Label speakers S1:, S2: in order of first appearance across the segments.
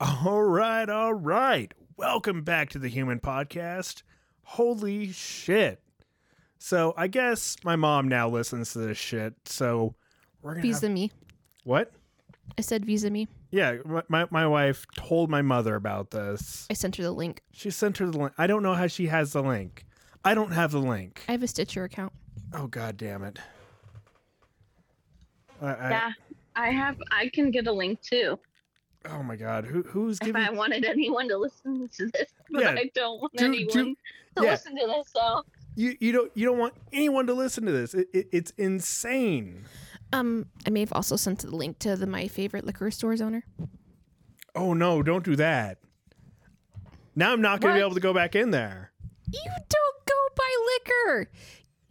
S1: All right, all right. Welcome back to the Human Podcast. Holy shit. So, I guess my mom now listens to this shit. So, we're going to
S2: Visa me.
S1: What?
S2: I said visa me.
S1: Yeah, my- my, my wife told my mother about this.
S2: I sent her the link.
S1: She sent her the link. I don't know how she has the link. I don't have the link.
S2: I have a Stitcher account.
S1: Oh, god damn it. I, I,
S3: Yeah, I have. I can get a link too
S1: Oh my god. Who, who's
S3: if
S1: giving
S3: I wanted anyone to listen to this, but
S1: Yeah,
S3: I don't want
S1: do-
S3: anyone
S1: do-
S3: to
S1: yeah.
S3: listen to this. So
S1: you you don't you don't want anyone to listen to this. It, it, it's insane.
S2: Um, I may have also sent the link to the my favorite liquor stores owner.
S1: Oh no, don't do that. Now I'm not going to be
S3: What?
S1: able to go back in there.
S2: You don't go buy liquor.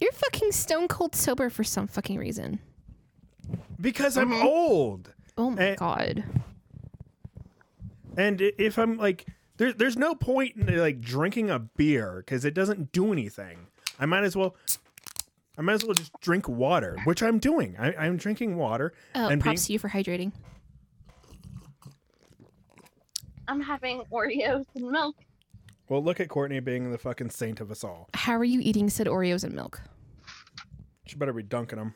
S2: You're fucking stone cold sober for some fucking reason.
S1: because I'm old.
S2: Oh my
S1: Eh.
S2: god.
S1: And i- if I'm like there, there's no point in like drinking a beer cuz it doesn't do anything. I might as well I might as well just drink water, which I'm doing. I, I'm drinking water
S2: Oh,
S1: and being,
S2: props to you for hydrating.
S3: I'm having Oreos and milk.
S1: well, look at Courtney being the fucking saint of us all.
S2: How are you eating said Oreos and milk?
S1: She better be dunking them.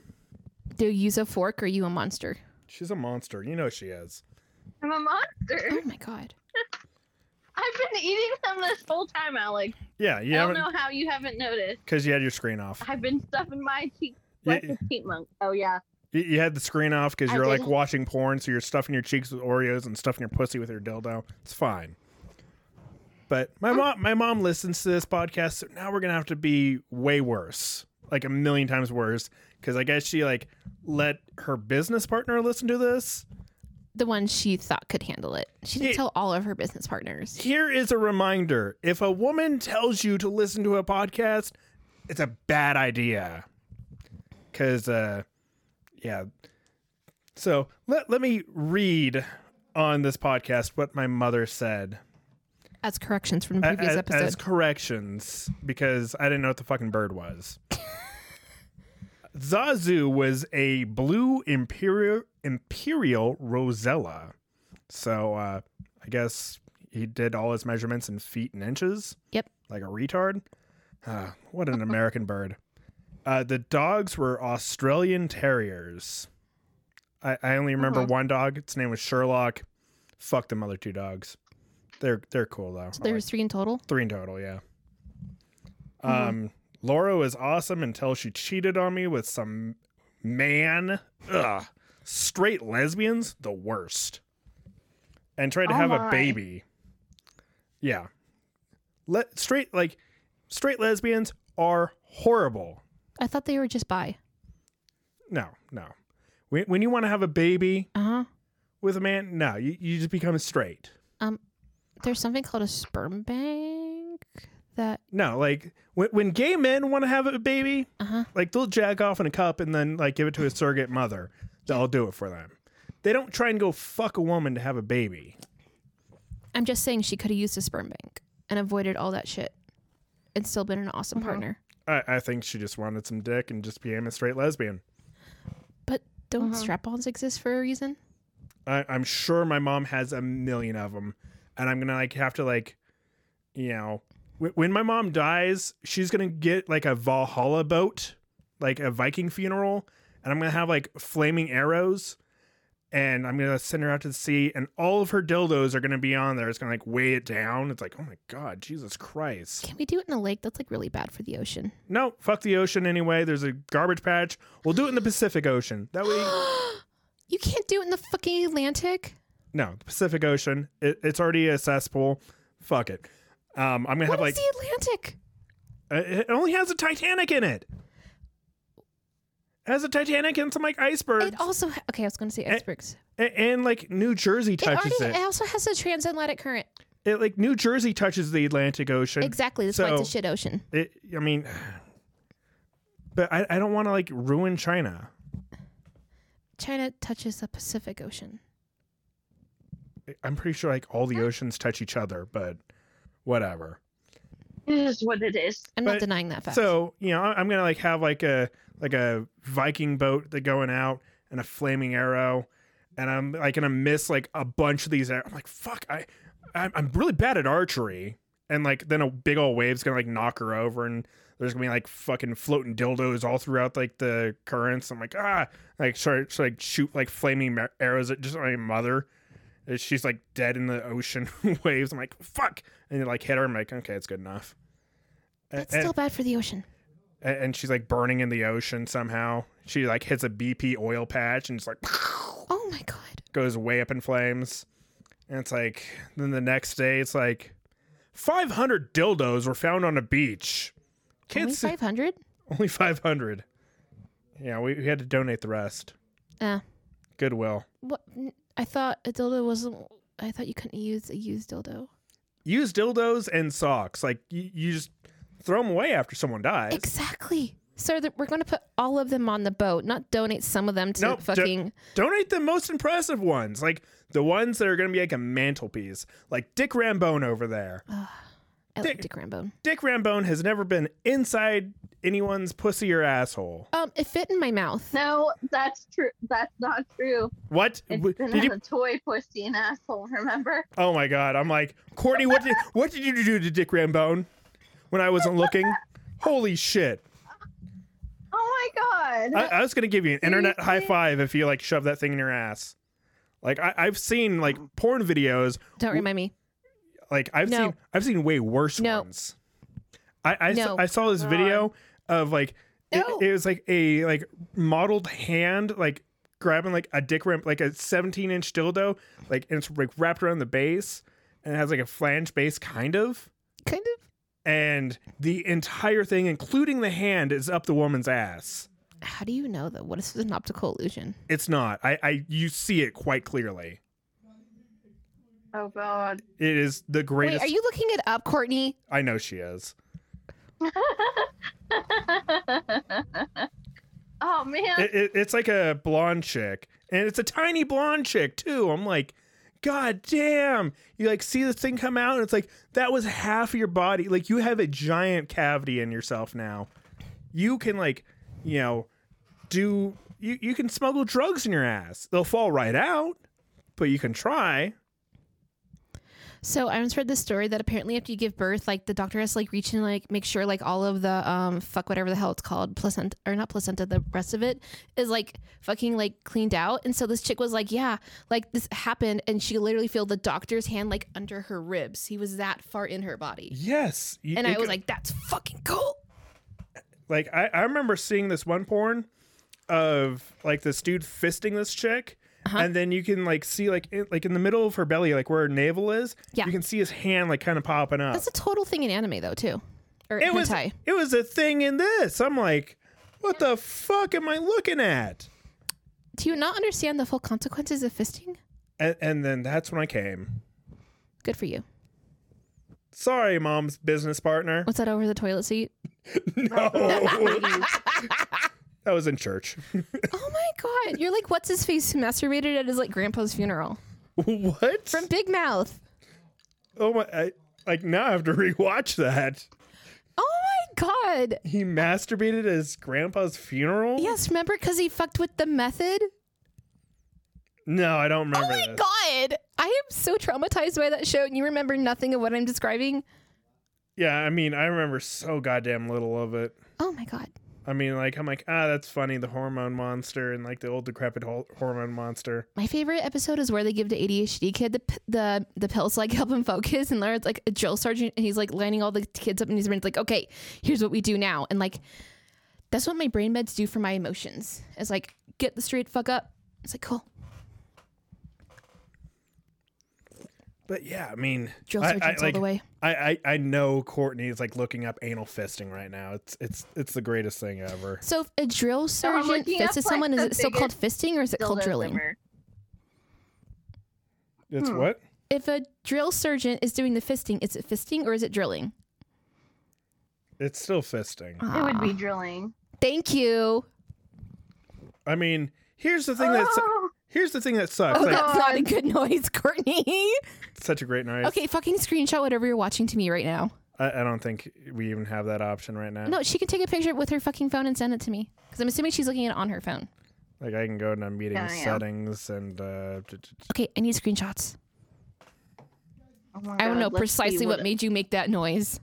S2: Do you use a fork or are you a monster?
S1: She's a monster. You know she is.
S3: I'm a monster.
S2: Oh my god.
S3: I've been eating them this whole time, Alex.
S1: Yeah, you
S3: I don't
S1: haven't
S3: know how you haven't noticed.
S1: because you had your screen off.
S3: I've been stuffing my cheeks
S1: You,
S3: like a chipmunk. Oh yeah,
S1: you- you had the screen off because
S3: I
S1: you're like
S3: didn't.
S1: watching porn, so you're stuffing your cheeks with Oreos and stuffing your pussy with your dildo. It's fine. But my mom, my mom listens to this podcast, so now we're gonna have to be way worse, like a million times worse, because I guess she like let her business partner listen to this.
S2: The one she thought could handle it. She didn't
S1: Yeah.
S2: tell all of her business partners.
S1: Here is a reminder: if a woman tells you to listen to a podcast, it's a bad idea. Cause, uh, yeah. So let let me read on this podcast what my mother said
S2: As corrections from the
S1: a-
S2: previous
S1: a-
S2: episode.
S1: as corrections because I didn't know what the fucking bird was. Zazu was a blue imperial imperial rosella, so uh, I guess he did all his measurements in feet and inches.
S2: Yep.
S1: like a retard. Ah, what an American bird. Uh, the dogs were Australian terriers. I, I only remember
S3: Uh-huh.
S1: one dog. Its name was Sherlock. Fuck the other two dogs. They're they're cool though.
S2: so
S1: I like
S2: there's three in total.
S1: Three in total, yeah.
S2: Mhm.
S3: Mm-hmm.
S1: Um, Laura was awesome until she cheated on me with some man. Ugh. Straight lesbians, the worst. And tried to
S3: Oh
S1: have a
S3: my.
S1: baby. Yeah. Let straight like straight lesbians are horrible.
S2: I thought they were just bi.
S1: No, no. When, when you want to have a baby
S2: Uh huh.
S1: with a man, no, you, you just become straight.
S2: Um, There's something called a sperm bank that
S1: No, like when, when gay men want to have a baby,
S2: Uh-huh.
S1: like they'll jack off in a cup and then like give it to a surrogate mother. They'll do it for them. They don't try and go fuck a woman to have a baby.
S2: I'm just saying she could have used a sperm bank and avoided all that shit and still been an awesome
S1: Uh-huh.
S3: Mhm.
S2: partner.
S1: I, I think she just wanted some dick and just became a straight lesbian.
S2: But don't
S1: Uh-huh.
S3: Mhm.
S2: strap ons exist for a reason?
S1: I, I'm sure my mom has a million of them, and I'm gonna like have to like, you know, w- when my mom dies, she's gonna get like a Valhalla boat, like a Viking funeral, and I'm gonna have like flaming arrows, and I'm gonna send her out to the sea, and all of her dildos are gonna be on there. It's gonna like weigh it down. It's like, oh my god, Jesus Christ!
S2: Can we do it in a lake? That's like really bad for the ocean.
S1: No, fuck the ocean anyway. There's a garbage patch. We'll do it in the Pacific Ocean. That way.
S2: you can't do it in the fucking Atlantic?
S1: No, the Pacific Ocean. It, it's already a cesspool. Fuck it. Um, I'm gonna
S2: What
S1: have like
S2: is the Atlantic?
S1: uh, it only has a Titanic in it. It has a Titanic and some like icebergs,
S2: It also ha- okay. I was going to say icebergs.
S1: A- and like New Jersey
S2: It, already
S1: touches Eh, it.
S2: it also has a transatlantic current.
S1: It like New Jersey touches the Atlantic Ocean.
S2: Exactly. That's why it's a
S1: So-
S2: shit ocean.
S1: It, I mean, but I, I don't want to like ruin China.
S2: China touches the Pacific Ocean.
S1: I'm pretty sure like all the oceans touch each other, but whatever.
S3: it is what it is.
S2: I'm
S1: But-
S2: not denying that fact.
S1: So you know, I- I'm gonna like have like a like a Viking boat that going out and a flaming arrow, and I'm like gonna miss like a bunch of these. I'm like, fuck, I, I'm, I'm really bad at archery, and like then a big old wave's gonna like knock her over, and there's gonna be like fucking floating dildos all throughout like the currents. I'm like, ah, like start to like shoot like flaming mar- arrows at just my mother. And She's like dead in the ocean waves. I'm like, fuck, and it like hit her. I'm like, okay, it's good enough. A-
S2: That's
S1: and-
S2: still bad for the ocean.
S1: and, and she's like burning in the ocean somehow. She like hits a BP oil patch and it's like
S2: Oh my god.
S1: goes way up in flames. And it's like then the next day it's like 500 dildos were found on a beach.
S2: Only
S1: Kids only,
S2: five hundred?
S1: 500. Yeah, we, we had to donate the rest.
S2: Ah.
S1: Goodwill.
S2: What? n- I thought a dildo wasn't. I thought you couldn't use a used dildo.
S1: Use dildos and socks. Like you, you just throw them away after someone dies.
S2: Exactly. So that we're going to put all of them on the boat, not donate some of them to
S1: Nope, do-
S2: fucking.
S1: Donate the most impressive ones, like the ones that are going to be like a mantelpiece, like Dick Rambone over there.
S2: I
S1: Dick-
S2: like Dick Rambone.
S1: Dick Rambone has never been inside anyone's pussy or asshole.
S2: Um, it fit in my mouth.
S3: No, that's true. That's not true.
S1: What
S3: It's
S1: w-
S3: been
S1: did
S3: as
S1: you?
S3: a toy pussy and asshole. Remember?
S1: Oh my god! I'm like Courtney. What did what did you do to Dick Rambone when I wasn't looking? Holy shit!
S3: Oh my god.
S1: I, I was gonna give you an internet high
S3: Seriously?
S1: five if you like shove that thing in your ass. Like I, I've seen like porn videos.
S2: Don't remind me.
S1: Like I've
S2: No.
S1: seen I've seen way worse
S2: No.
S1: ones. I I, s-
S2: No.
S1: I saw this video of like it-
S2: No.
S1: it, was like a like modeled hand like grabbing like a dick ramp like a 17 inch dildo like and it's like wrapped around the base and it has like a flange base kind of
S2: Kind of.
S1: and the entire thing including the hand is up the woman's ass.
S2: How do you know though? What if it's an optical illusion?
S1: It's not. I I you see it quite clearly.
S3: oh god.
S1: It is the
S2: Wait,
S1: greatest.
S2: are you looking it up, Courtney?
S1: I know she is.
S3: oh man.
S1: it, it, it's like a blonde chick and it's a tiny blonde chick too i'm like god damn you like see this thing come out and it's like that was half of your body like you have a giant cavity in yourself now you can like you know do you, you can smuggle drugs in your ass they'll fall right out but you can try
S2: So I once read this story that apparently after you give birth, like the doctor has to like reach and like make sure like all of the um fuck whatever the hell it's called placenta or not placenta the rest of it is like fucking like cleaned out. And so this chick was like, yeah, like this happened, and she literally felt the doctor's hand like under her ribs. He was that far in her body,
S1: yes you-
S2: and
S1: it
S2: I was
S1: can-
S2: like, that's fucking cool.
S1: like I, I remember seeing this one porn of like this dude fisting this chick
S2: Uh-huh.
S1: and then you can like see like in, like in the middle of her belly like where her navel is
S2: Yeah.
S1: you can see his hand like kind of popping up
S2: That's a total thing in anime though too, or
S1: it was
S2: hentai.
S1: it was a thing in this i'm like what the fuck am i looking at
S2: Do you not understand the full consequences of fisting?
S1: and, and then that's when i came
S2: Good for you.
S1: sorry mom's business partner
S2: What's that over the toilet seat?
S1: no that was in church
S2: Oh my god, you're like what's his face who masturbated at his like grandpa's funeral
S1: what
S2: from Big Mouth.
S1: oh my I, like now i have to rewatch that
S2: Oh my god.
S1: he masturbated at his grandpa's funeral
S2: Yes, remember because he fucked with the method?
S1: No, I don't
S2: Oh
S1: remember
S2: my
S1: this.
S2: god, I am so traumatized by that show, and you remember nothing of what I'm describing.
S1: Yeah, I mean, I remember so goddamn little of it.
S2: Oh my god.
S1: I mean, like, I'm like, ah, that's funny, the hormone monster and like the old decrepit hol- hormone monster.
S2: My favorite episode is where they give the ADHD kid the p- the the pills to, like help him focus, and Laura's like a drill sergeant, and he's like lining all the kids up, and he's like, "Okay, here's what we do now," and like that's what my brain meds do for my emotions. It's like get the straight fuck up. It's like cool.
S1: But yeah, I mean,
S2: Drill
S1: I, I,
S2: sergeants all
S1: like,
S2: the way.
S1: I, I, I know Courtney is like looking up anal fisting right now. It's it's it's the greatest thing ever.
S2: So if a drill
S3: I'm
S2: sergeant
S3: looking up,
S2: fists
S3: like,
S2: someone, is
S3: the
S2: it still called fisting or is it called
S3: Dildo
S2: drilling?
S3: swimmer.
S1: It's
S2: Hmm.
S1: what?
S2: If a drill sergeant is doing the fisting, is it fisting or is it drilling?
S1: It's still fisting.
S3: It would
S2: Ah.
S3: be drilling.
S2: Thank you.
S1: I mean, here's the thing that's
S2: Ah.
S3: Oh,
S1: here's the thing that sucks.
S2: Oh,
S1: like,
S2: that's not a good noise, Courtney.
S1: such a great noise.
S2: okay, fucking screenshot whatever you're watching to me right now.
S1: I, I don't think we even have that option right now.
S2: No, she can take a picture with her fucking phone and send it to me. Because I'm assuming she's looking at it on her phone.
S1: Like I can go into meeting
S3: Yeah, I am.
S1: settings and uh, t- t- t-
S2: Okay, I need screenshots.
S3: Oh my
S2: I don't
S3: God,
S2: know
S3: let's see
S2: precisely what
S3: it-
S2: made you make that noise.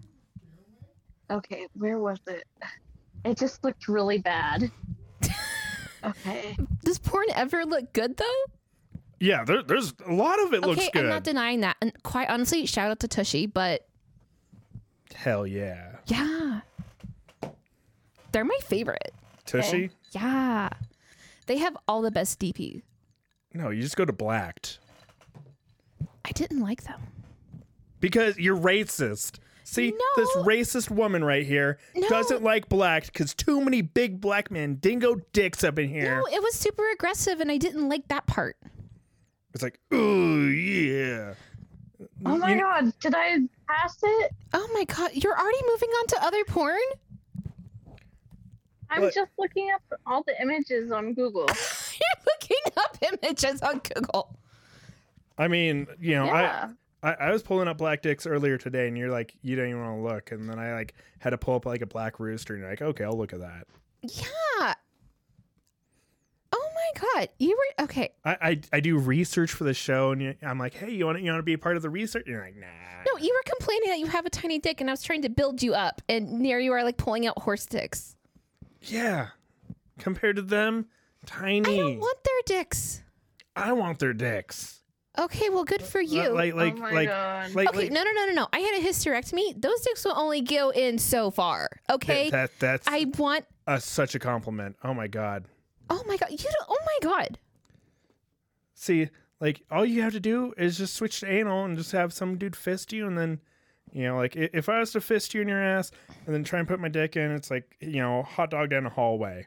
S3: Okay, where was it? It just looked really bad. okay.
S2: Does porn ever look good though?
S1: yeah. There, there's a lot of it looks
S2: okay,
S1: good.
S2: I'm not denying that. And quite honestly, shout out to Tushy, but
S1: Hell yeah,
S2: yeah. They're my favorite.
S1: Tushy.
S2: Yeah. They have all the best DP.
S1: No, you just go to Blacked
S2: I didn't like them.
S1: because you're racist. See, this
S2: No.
S1: racist woman right here
S2: No.
S1: doesn't like Blacked because too many big black men dingo dicks up in here.
S2: No, it was super aggressive and I didn't like that part.
S1: It's like, oh yeah.
S3: Oh my
S1: You-
S3: god, did I pass it?
S2: Oh my god, you're already moving on to other porn?
S3: I'm
S1: What?
S3: just looking up all the images on Google.
S2: you're looking up images on Google.
S1: I mean, you know,
S3: yeah. Oh
S1: I, I I was pulling up black dicks earlier today, and you're like, you don't even want to look, and then I like had to pull up like a black rooster, and you're like, okay, I'll look at that.
S2: Yeah. Oh my god, you were okay.
S1: I I, I do research for the show, and you, I'm like, hey, you want you want to be a part of the research? And you're like, nah.
S2: No, you were complaining that you have a tiny dick, and I was trying to build you up, and near you are like pulling out horse dicks.
S1: Yeah. Compared to them, tiny.
S2: I don't want their dicks.
S1: I want their dicks.
S2: Okay, well, good for you.
S1: Like like
S3: oh my
S1: like
S3: god.
S1: like.
S2: okay,
S1: like
S2: no, no, no, no, no. I had a hysterectomy. Those dicks will only go in so far. Okay,
S1: that, that that's
S2: I want.
S1: uh, such a compliment. Oh my god.
S2: Oh my god, you. Don't, oh my god.
S1: See, like all you have to do is just switch to anal and just have some dude fist you, and then, you know, like i- if I was to fist you in your ass and then try and put my dick in, it's like you know, hot dog down a hallway.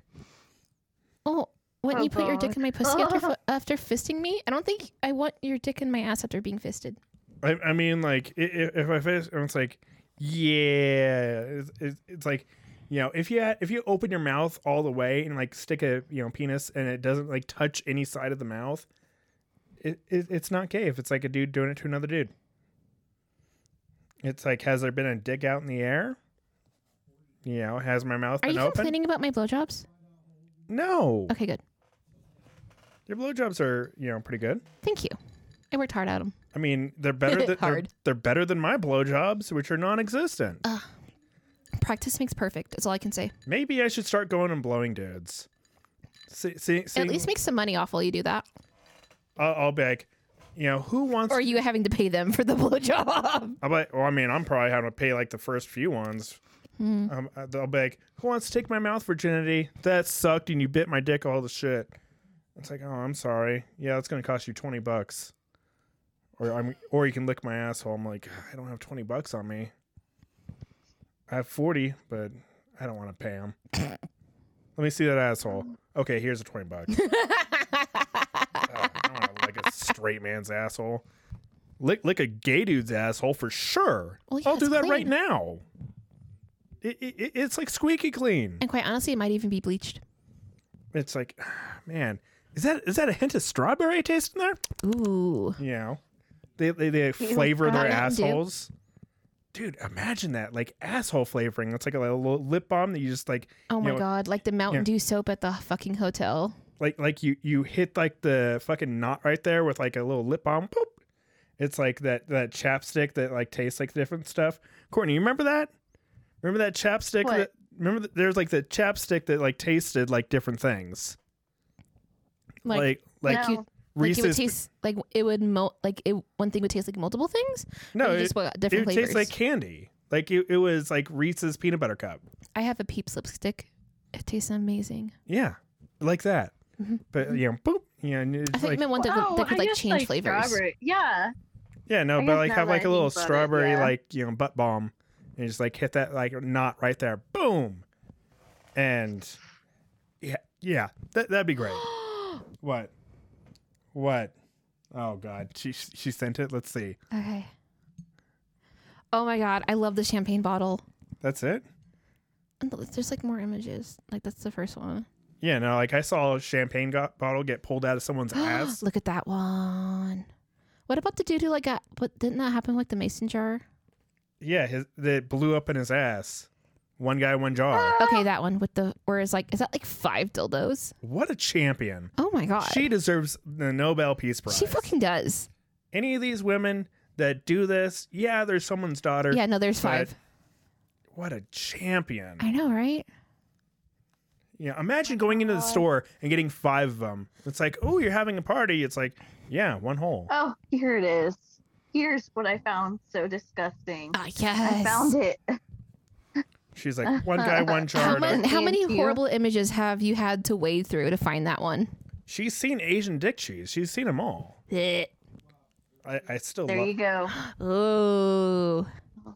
S2: Oh, wouldn't
S3: Oh
S2: you put your dick
S3: God.
S2: in my pussy after fu- after fisting me? I don't think I want your dick in my ass after being fisted.
S1: I, I mean, like i- i- if I fist, and it's like, yeah, it's, it's, it's like. You know, if you had, if you open your mouth all the way and like stick a you know penis and it doesn't like touch any side of the mouth, it, it it's not gay. If it's like a dude doing it to another dude, it's like has there been a dick out in the air? You know, has my mouth
S2: Are
S1: been
S2: you
S1: open?
S2: complaining about my blowjobs?
S1: No,
S2: Okay, good.
S1: your blowjobs are you know pretty good.
S2: Thank you. I worked hard at them.
S1: I mean, they're better than they're,
S2: Hard.
S1: they're better than my blowjobs, which are non-existent.
S2: Practice makes perfect. That's all I can say.
S1: Maybe I should start going and blowing dudes. See, see, see
S2: At least make some money off while you do that.
S1: I'll, I'll be like, you know, who wants?
S2: Or are you having to pay them for the blowjob?
S1: I'll be like, well, I mean, I'm probably having to pay like the first few ones.
S2: Mm-hmm.
S1: Um, uh, they'll be like, who wants to take my mouth virginity? That sucked, and you bit my dick all the shit. It's like, oh, I'm sorry. Yeah, that's gonna cost you twenty bucks. Or I'm, or you can lick my asshole. I'm like, I don't have twenty bucks on me. I have forty, but I don't want to pay him. Let me see that asshole. Okay, here's a twenty bucks. Ugh, I don't want to lick a straight man's asshole. Lick lick a gay dude's asshole for sure.
S2: Well, yeah,
S1: I'll do
S2: it's
S1: that right
S2: clean.
S1: now. It, it, it- it's like squeaky clean.
S2: And quite honestly, it might even be bleached.
S1: It's like, man, is that is that a hint of strawberry taste in there?
S2: Ooh.
S1: You know, they they, they flavor their
S2: Mountain Dew.
S1: assholes. Dude, imagine that like asshole flavoring. That's like a little lip balm that you just like
S2: Oh my
S1: know-
S2: god, like the Mountain Dew soap at the fucking hotel.
S1: like like you you hit like the fucking knot right there with like a little lip balm. Boop. It's like that that chapstick that like tastes like different stuff. Courtney, you remember that? Remember that chapstick?
S3: What?
S1: That, remember that there's like the chapstick that like tasted like different things.
S2: Like, like,
S1: like,
S3: No.
S2: you, like it would taste like it would mo- like it one thing would taste like multiple things.
S1: No,
S2: or you
S1: it-
S2: just got different
S1: it
S2: flavors.
S1: tastes like candy. Like it, it was like Reese's peanut butter cup.
S2: I have a Peeps lipstick. It tastes amazing.
S1: Yeah, like that. But you know, boop. You know, and it's
S2: Mm-hmm. I thought
S1: like-
S2: you meant one that could, that
S3: Oh, I
S2: could like
S3: guess,
S2: change flavors.
S3: strawberry- Yeah.
S1: yeah, no,
S3: I
S1: but
S3: guess
S1: like
S3: now
S1: have
S3: that
S1: like
S3: I
S1: a little
S3: think about it,
S1: strawberry,
S3: yeah.
S1: like you know, butt bomb, and just like hit that like knot right there, boom, and yeah, yeah, that that'd be great. what? What? Oh God, she she sent it. Let's see.
S2: Okay. Oh my god, I love the champagne bottle.
S1: That's it.
S2: And th- There's like more images. Like that's the first one.
S1: Yeah, no, like I saw a champagne go- bottle get pulled out of someone's ass.
S2: Look at that one. What about the dude who like got? What didn't that happen with the mason jar?
S1: Yeah, his that blew up in his ass. One guy, one jar.
S2: Okay, that one with the where is like is that like five dildos?
S1: What a champion.
S2: Oh my god.
S1: She deserves the Nobel Peace Prize.
S2: She fucking does.
S1: Any of these women that do this, yeah, there's someone's daughter.
S2: Yeah, no, there's
S1: but-
S2: five.
S1: What a champion.
S2: I know, right?
S1: Yeah, imagine going into the store and getting five of them. It's like, oh, you're having a party. It's like, yeah, one whole.
S3: Oh, here it is. Here's what I found so disgusting.
S2: Ah, yes.
S3: I found it.
S1: She's like, one guy, one
S2: How,
S1: jar.
S2: many-
S1: And I-
S2: how many
S3: Thank you.
S2: horrible images have you had to wade through to find that one?
S1: She's seen Asian dick cheese. She's seen them all.
S2: Blech.
S1: I, I still
S3: There
S1: love.
S3: you go.
S2: Ooh.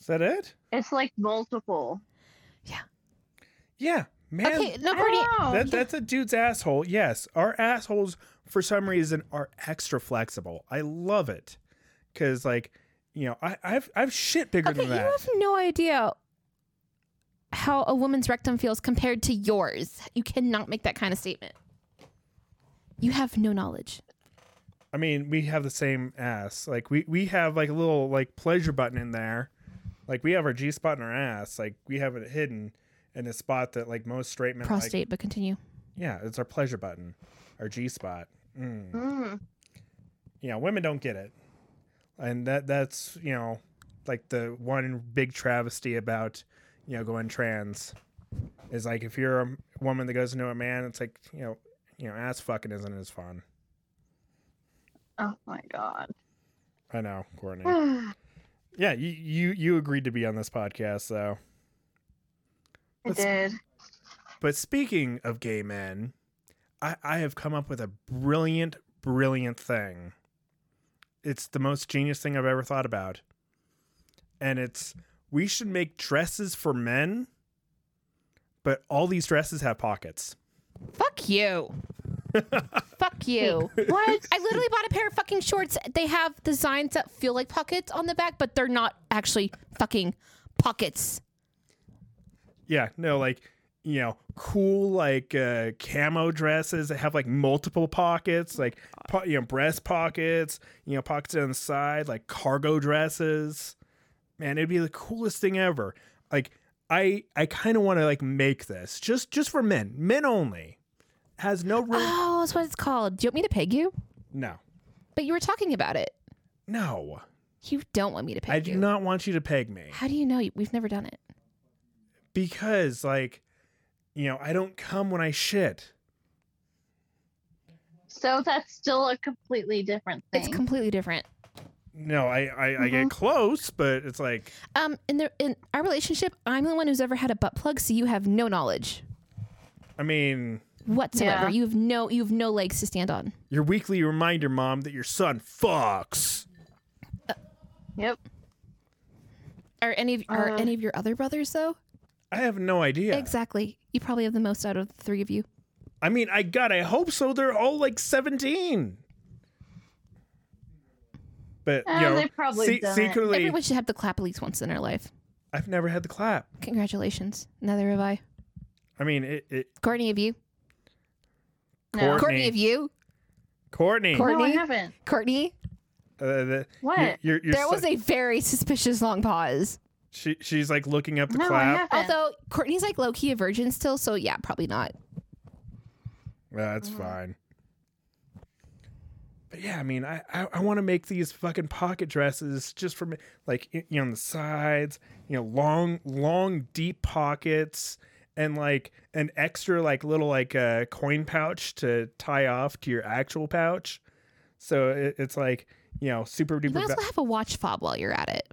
S1: Is that it?
S3: It's like multiple.
S1: Yeah, man.
S2: Oh, Okay, no,
S3: I
S2: Courtney.
S3: don't know.
S1: That, that's a dude's asshole. Yes, our assholes for some reason are extra flexible. I love it because, like, you know, I, I've I've shit bigger
S2: Okay,
S1: than
S2: you
S1: that.
S2: have no idea how a woman's rectum feels compared to yours. You cannot make that kind of statement. You have no knowledge.
S1: I mean, we have the same ass. Like, we we have like a little like pleasure button in there. Like, we have our G spot in our ass. Like, we have it hidden in a spot that like most straight men like.
S2: Prostate, but continue.
S1: Yeah, it's our pleasure button, our G spot. Mm.
S3: Mm.
S1: Yeah, women don't get it, and that that's you know, like the one big travesty about you know going trans is like if you're a woman that goes into a man, it's like you know, you know, ass fucking isn't as fun.
S3: Oh my god.
S1: I know,
S3: Mm.
S1: Courtney. Yeah, you you you agreed to be on this podcast though.
S3: I
S1: Let's-
S3: did.
S1: But speaking of gay men, I, I have come up with a brilliant, brilliant thing. It's the most genius thing I've ever thought about. And it's we should make dresses for men, but all these dresses have pockets.
S2: Fuck you. Fuck you.
S3: What?
S2: I literally bought a pair of fucking shorts. They have designs that feel like pockets on the back, but they're not actually fucking pockets.
S1: Yeah, no, like, you know, cool, like uh, camo dresses that have like multiple pockets, like, po- you know, breast pockets, you know, pockets on the side, like cargo dresses. Man, it'd be the coolest thing ever. Like, I I kind of want to like make this just just for men, men only. Has no room.
S2: Oh, that's what it's called. Do you want me to peg you?
S1: no,
S2: But you were talking about it.
S1: no,
S2: You don't want me to peg
S1: I do
S2: you.
S1: not want you to peg me.
S2: How do you know? We've never done it.
S1: because like you know i don't come when i shit
S3: So that's still a completely different thing.
S2: It's completely different.
S1: no i i, I get close but it's like
S2: Um, in the in our relationship, I'm the one who's ever had a butt plug, so you have no knowledge
S1: i mean
S2: whatsoever.
S3: Yeah.
S2: You have no you have no legs to stand on.
S1: your weekly reminder mom that your son fucks
S3: yep.
S2: Are any of are
S3: Uh.
S2: any of your other brothers though?
S1: i have no idea
S2: Exactly. You probably have the most out of the three of you.
S1: i mean i god i hope so they're all like 17 but
S3: Uh,
S1: you know,
S3: they probably
S1: se-
S3: don't.
S1: secretly
S2: Everyone should have the clap at least once in their life.
S1: i've never had the clap
S2: Congratulations. Neither have I.
S1: i mean it, it
S2: Courtney, have you?
S3: No.
S1: Courtney.
S2: Courtney, have you?
S1: courtney
S2: Court-
S3: No, I
S2: Courtney?
S3: haven't.
S2: Courtney?
S1: uh, the,
S3: What?
S1: your- your- your
S2: There
S1: son-
S2: was a very suspicious long pause.
S1: she, she's like looking up the
S3: No, I
S1: clap
S3: haven't.
S2: Although Courtney's like low key a virgin still, so yeah, probably not.
S1: That's
S2: Mm-hmm.
S1: fine. But yeah, I mean, I I, I want to make these fucking pocket dresses just for me, like y- you know, on the sides, you know, long, long, deep pockets, and like an extra like little like uh, coin pouch to tie off to your actual pouch. So it, it's like you know, super
S2: You might
S1: duper
S2: as
S1: va-
S2: well have a watch fob while you're at it.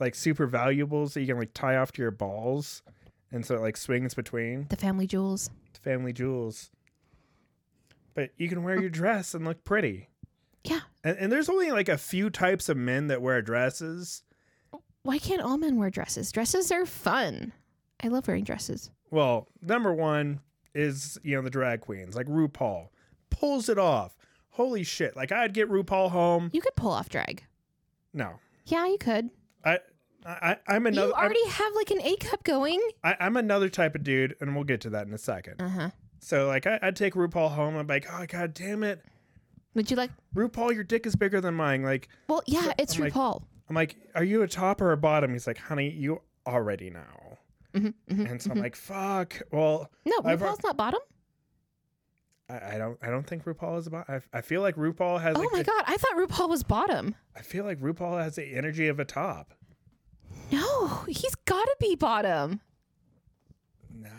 S1: like super valuables that you can like tie off to your balls, and so it like swings between.
S2: The family jewels.
S1: family jewels. But you can wear your dress and look pretty.
S2: Yeah.
S1: And, and there's only like a few types of men that wear dresses.
S2: Why can't all men wear dresses? Dresses are fun. I love wearing dresses.
S1: Well, number one is, you know, the drag queens, like RuPaul pulls it off. Holy shit. Like I'd get RuPaul home.
S2: You could pull off drag.
S1: No.
S2: Yeah, you could.
S1: I I, I- I'm another
S2: you already have like an A cup going.
S1: I'm, I, am another type of dude, and we'll get to that in a second.
S2: Uh huh.
S1: So like I, I'd take RuPaul home, I'm like, oh god damn it.
S2: Would you like?
S1: RuPaul, your dick is bigger than mine. Like
S2: Well, yeah, it's
S1: I'm like-
S2: RuPaul.
S1: I'm like, are you a top or a bottom? He's like, honey, you already know.
S2: mhm, mhm,
S1: And so
S2: mhm.
S1: I'm like, fuck. Well,
S2: no,
S1: I've-
S2: RuPaul's not bottom.
S1: I, I don't I don't think RuPaul is about I, I feel like RuPaul has
S2: Oh
S1: like
S2: my
S1: the-
S2: god, I thought RuPaul was bottom.
S1: I feel like RuPaul has the energy of a top.
S2: No, he's got to be bottom.
S1: No.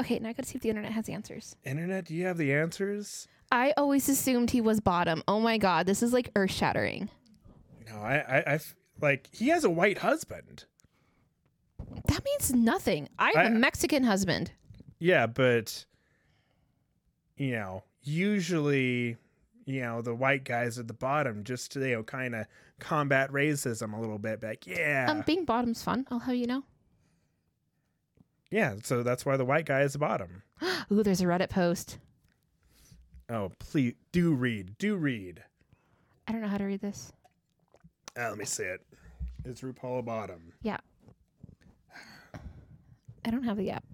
S2: Okay, now I got to see if the internet has answers.
S1: Internet, do you have the answers?
S2: I always assumed he was bottom. Oh my god, this is like earth shattering.
S1: No, I, I, I f- like he has a white husband.
S2: That means nothing. I have a
S1: I-
S2: Mexican husband.
S1: Yeah, but you know, usually, you know, the white guys at the bottom just to you know kind of combat racism a little bit. Like, yeah,
S2: Um, being bottom's fun. I'll have you know.
S1: yeah. So that's why the white guy is the bottom.
S2: Ooh, there's a Reddit post.
S1: Oh, please do read, do read.
S2: I don't know how to read this.
S1: Ah, let me see it. It's RuPaul bottom.
S2: Yeah. I don't have the app.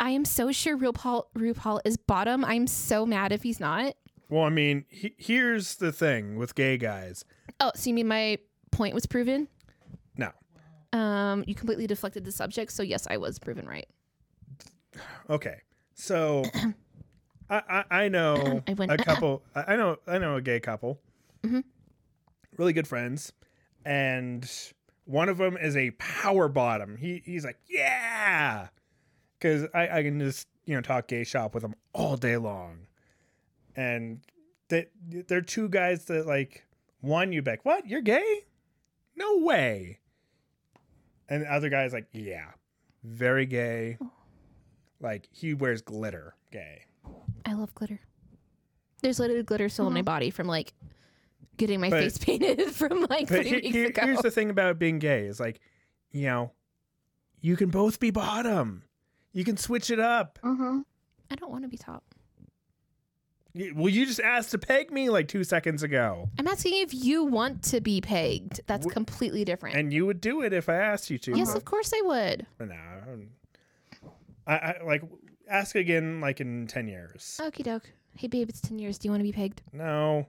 S2: I am so sure RuPaul RuPaul is bottom. I'm so mad if he's not.
S1: Well, I mean, he- here's the thing with gay guys.
S2: Oh, so you mean my point was proven?
S1: No,
S2: Um, you completely deflected the subject, so yes, I was proven right.
S1: okay. So I, I, I know
S2: I went Mm-hmm.
S1: a couple. I I know I know a gay couple. Really good friends, and one of them is a power bottom. He he's like yeah, because I I can just you know talk gay shop with him all day long, and that they're two guys that like one you be like what you're gay, no way, and the other guy's like yeah, very gay. Like he wears glitter, gay.
S2: I love glitter. There's literally glitter still on my body from like getting my
S1: But-
S2: face painted from like
S1: But
S2: three
S1: he-
S2: weeks
S1: he-
S2: ago.
S1: here's the thing about being gay is like, you know, you can both be bottom. You can switch it up.
S3: Mm-hmm.
S2: I don't want to be top.
S1: You- Well, you just asked to peg me like two seconds ago,
S2: I'm asking if you want to be pegged. That's
S1: W-
S2: completely different.
S1: and you would do it if I asked you to.
S2: yes,
S1: but-
S2: of course I would.
S1: No, I, don't- I I- like ask again like in ten years.
S2: Okie doke. Hey babe, it's ten years. Do you want to be pegged?
S1: No.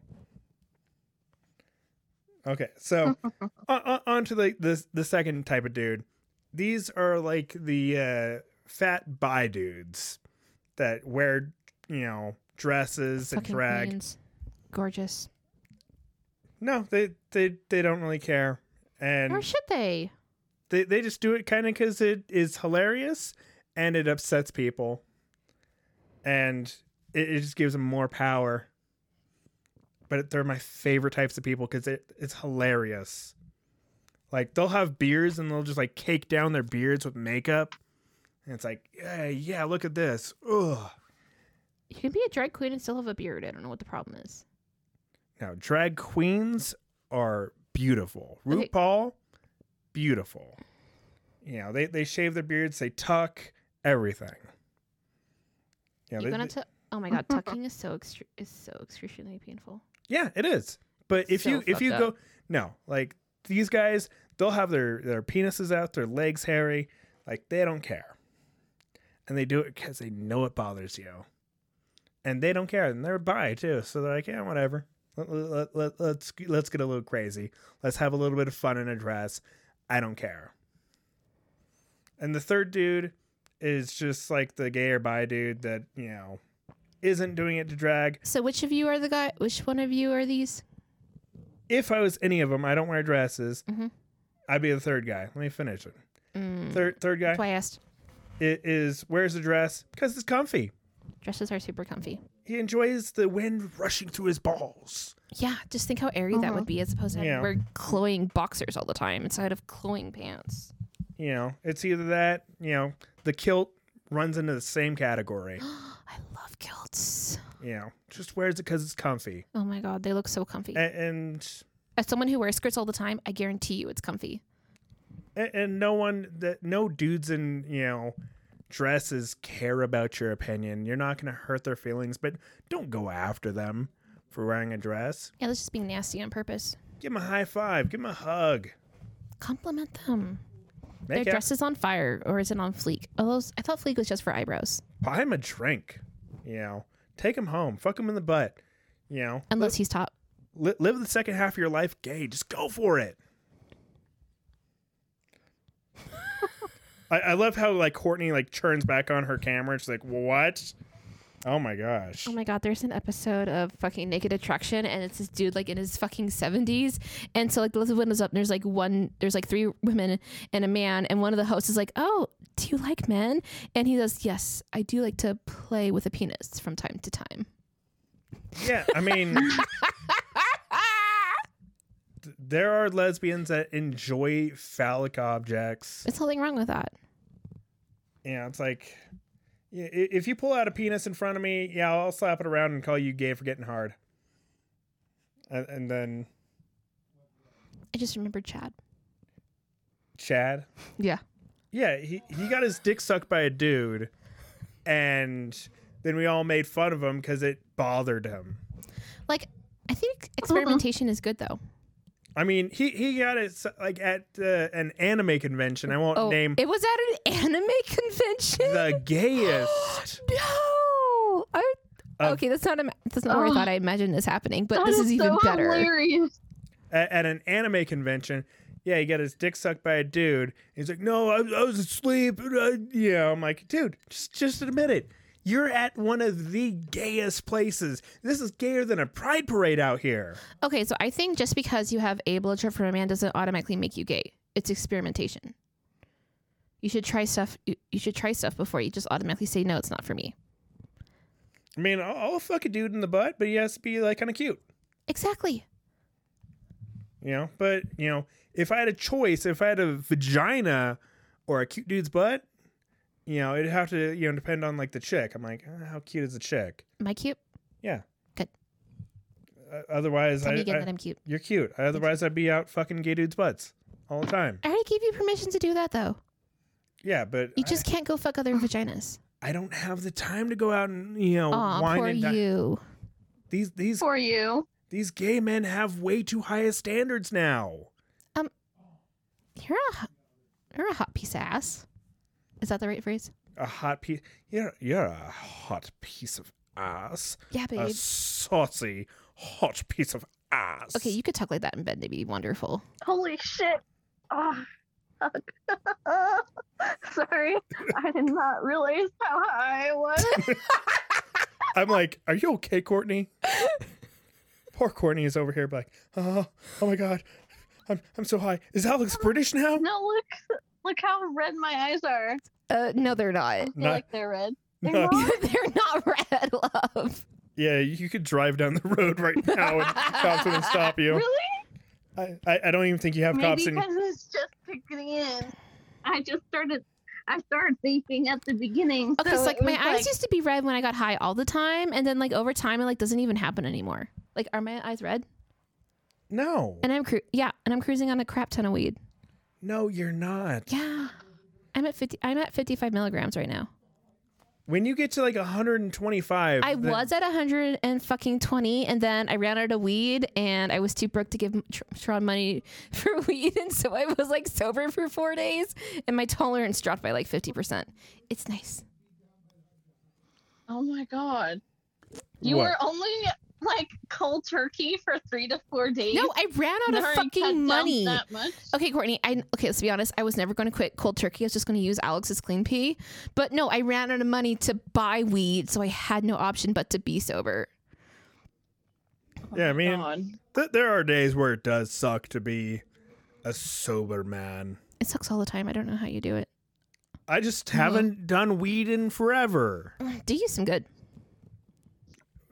S1: Okay, so on, on, on to the, the the second type of dude. These are like the uh, fat bi dudes that wear you know dresses and
S2: Fucking
S1: drag.
S2: queens. Gorgeous.
S1: No, they they they don't really care,
S2: Or
S1: and
S2: should they?
S1: they they just do it kind of because it is hilarious and it upsets people, and it, it just gives them more power. But they're my favorite types of people because it, it's hilarious. Like they'll have beards and they'll just like cake down their beards with makeup, and it's like, yeah, yeah, look at this. Ugh.
S2: You can be a drag queen and still have a beard. I don't know what the problem is.
S1: Now drag queens are beautiful.
S2: Okay.
S1: RuPaul, beautiful. You know, they, they shave their beards, they tuck everything. Yeah,
S2: You're
S1: they-
S2: gonna.
S1: they-
S2: T- oh my god, tucking is so extre- is so excruciatingly painful.
S1: yeah, it is. But if
S2: So
S1: you if
S2: fucked
S1: you
S2: up.
S1: go no, like these guys, they'll have their their penises out, their legs hairy, like they don't care, and they do it because they know it bothers you, and they don't care, and they're bi too, so they're like, yeah, whatever. Let, let, let, let's let's get a little crazy. Let's have a little bit of fun in a dress. I don't care. And the third dude is just like the gay or bi dude that you know isn't doing it to drag,
S2: So which of you are the guy? Which one of you are these?
S1: if I was any of them, I don't wear dresses.
S2: Mhm.
S1: I'd be the third guy. Let me finish it.
S2: Mm,
S1: Third, third guy
S2: That's why I asked.
S1: i- is wears a dress because it's comfy.
S2: Dresses are super comfy.
S1: He enjoys the wind rushing through his balls.
S2: Yeah, just think how airy that would be as opposed to having
S1: Yeah.
S2: to wear cloying boxers all the time inside of cloying pants.
S1: You know, it's either that. You know, the kilt runs into the same category.
S2: I love kilts.
S1: you know, just wears it because it's comfy.
S2: Oh my god, they look so comfy.
S1: A- And,
S2: As someone who wears skirts all the time, I guarantee you it's comfy.
S1: and and no one that no dudes in you know dresses care about your opinion. You're not gonna hurt their feelings, but don't go after them for wearing a dress.
S2: Yeah, that's just being nasty on purpose.
S1: Give him a high five. Give him a hug.
S2: Compliment them. Their
S1: Make out.
S2: dress is on fire, or is it on fleek? Oh, those, I thought fleek was just for eyebrows,
S1: Buy him a drink. You know, take him home. Fuck him in the butt. You know,
S2: unless he's top.
S1: li- live the second half of your life gay. Just go for it. I, I love how like Courtney like turns back on her camera. and She's like, "What? Oh my gosh!"
S2: Oh my god, there's an episode of fucking Naked Attraction and it's this dude like in his fucking seventies. And so like the list of windows up and there's like one there's like three women and a man and one of the hosts is like, Oh, do you like men? And he goes, Yes, I do like to play with a penis from time to time.
S1: Yeah, I mean, th- there are lesbians that enjoy phallic objects.
S2: There's nothing wrong with that.
S1: Yeah, it's like, yeah, i- if you pull out a penis in front of me, yeah, I'll slap it around and call you gay for getting hard. And, and then
S2: I just remembered Chad.
S1: Chad,
S2: Yeah.
S1: yeah, he he got his dick sucked by a dude, and then we all made fun of him because it bothered him.
S2: Like I think experimentation is good though.
S1: I mean, he he got it s- like at uh, an anime convention. I won't
S2: Oh,
S1: name
S2: it was at an anime convention.
S1: the gayest.
S2: No, I,
S1: Of-
S2: okay, that's not ima- that's not where I
S3: Ugh.
S2: thought I imagined this happening, but
S3: That
S2: this is, even
S3: so
S2: better.
S3: hilarious.
S1: at, at an anime convention. Yeah, he got his dick sucked by a dude. He's like, "No, I, I was asleep." Uh, yeah, I'm like, "Dude, just just admit it. You're at one of the gayest places. This is gayer than a pride parade out here."
S2: Okay, so I think just because you have a blood for a man doesn't automatically make you gay. It's experimentation. You should try stuff. You, you should try stuff before you just automatically say no. It's not for me.
S1: I mean, I'll, I'll fuck a dude in the butt, but he has to be like kind of cute,
S2: Exactly.
S1: you know. But you know, if I had a choice, if I had a vagina or a cute dude's butt, you know, it'd have to you know depend on like the chick. I'm like, "Uh, how cute is the chick?
S2: Am I cute?
S1: Yeah.
S2: Good.
S1: Uh, otherwise,
S2: Tell
S1: I,
S2: me again
S1: I-
S2: that I'm cute.
S1: You're cute. Otherwise, I'd be out fucking gay dudes' butts all the time.
S2: I already gave you permission to do that though.
S1: Yeah, but
S2: You just can't go fuck other vaginas.
S1: I, I don't have the time to go out and you know
S2: Aw,
S1: Oh, wine
S2: poor
S1: and dine.
S2: you.
S1: These these
S3: For you.
S1: these gay men have way too high a standards now.
S2: You're a ho- you're a hot piece of ass. Is that the right phrase?
S1: A hot piece. You're you're a hot piece of ass.
S2: Yeah, babe.
S1: A saucy hot piece of ass.
S2: Okay, you could talk like that in bed. and It'd be wonderful.
S3: Holy shit. Oh, fuck. Sorry. I did not realize how high I was.
S1: I'm like, are you okay, Courtney? Poor Courtney is over here, like, oh, oh my god, I'm I'm so high. Is Alex British now?
S3: no, look. Look how red my eyes are.
S2: Uh, no, they're not.
S3: I feel
S1: Not-
S3: like they're red. They're
S1: No.
S3: not.
S2: Oh, they're not red, love.
S1: Yeah, you could drive down the road right now and cops wouldn't stop you.
S3: Really?
S1: I, I, I don't even think you have cops in.
S3: Maybe because it's just kicking in. I just started. I started vaping at the beginning.
S2: Okay,
S3: so
S2: so Oh, like
S3: it
S2: my
S3: was
S2: eyes used to be red when I got high all the time, and then like over time, it like doesn't even happen anymore. Like, are my eyes red?
S1: No,
S2: And I'm cru- yeah, and I'm cruising on a crap ton of weed.
S1: no, you're not.
S2: Yeah, I'm at fifty. I'm at fifty-five milligrams right now.
S1: When you get to like 125,
S2: I
S1: then-
S2: was at hundred and fucking twenty, and then I ran out of weed, and I was too broke to give Tr- Tron money for weed, and so I was like sober for four days, and my tolerance dropped by like fifty percent. It's nice.
S3: Oh my god. You
S1: What?
S3: were only like cold turkey for three to four days.
S2: No, I ran out of
S3: Nari cut
S2: fucking
S3: down
S2: money. Oh,
S3: That much.
S2: Okay, Courtney. I okay. Let's be honest. I was never going to quit cold turkey. I was just going to use Alex's clean pee. But no, I ran out of money to buy weed, so I had no option but to be sober.
S1: Yeah,
S2: Oh
S1: I mean-
S3: Oh God.
S1: Th- there are days where it does suck to be a sober man.
S2: It sucks all the time. I don't know how you do it.
S1: I just
S2: Mm-hmm.
S1: haven't done weed in forever.
S2: Do you some good?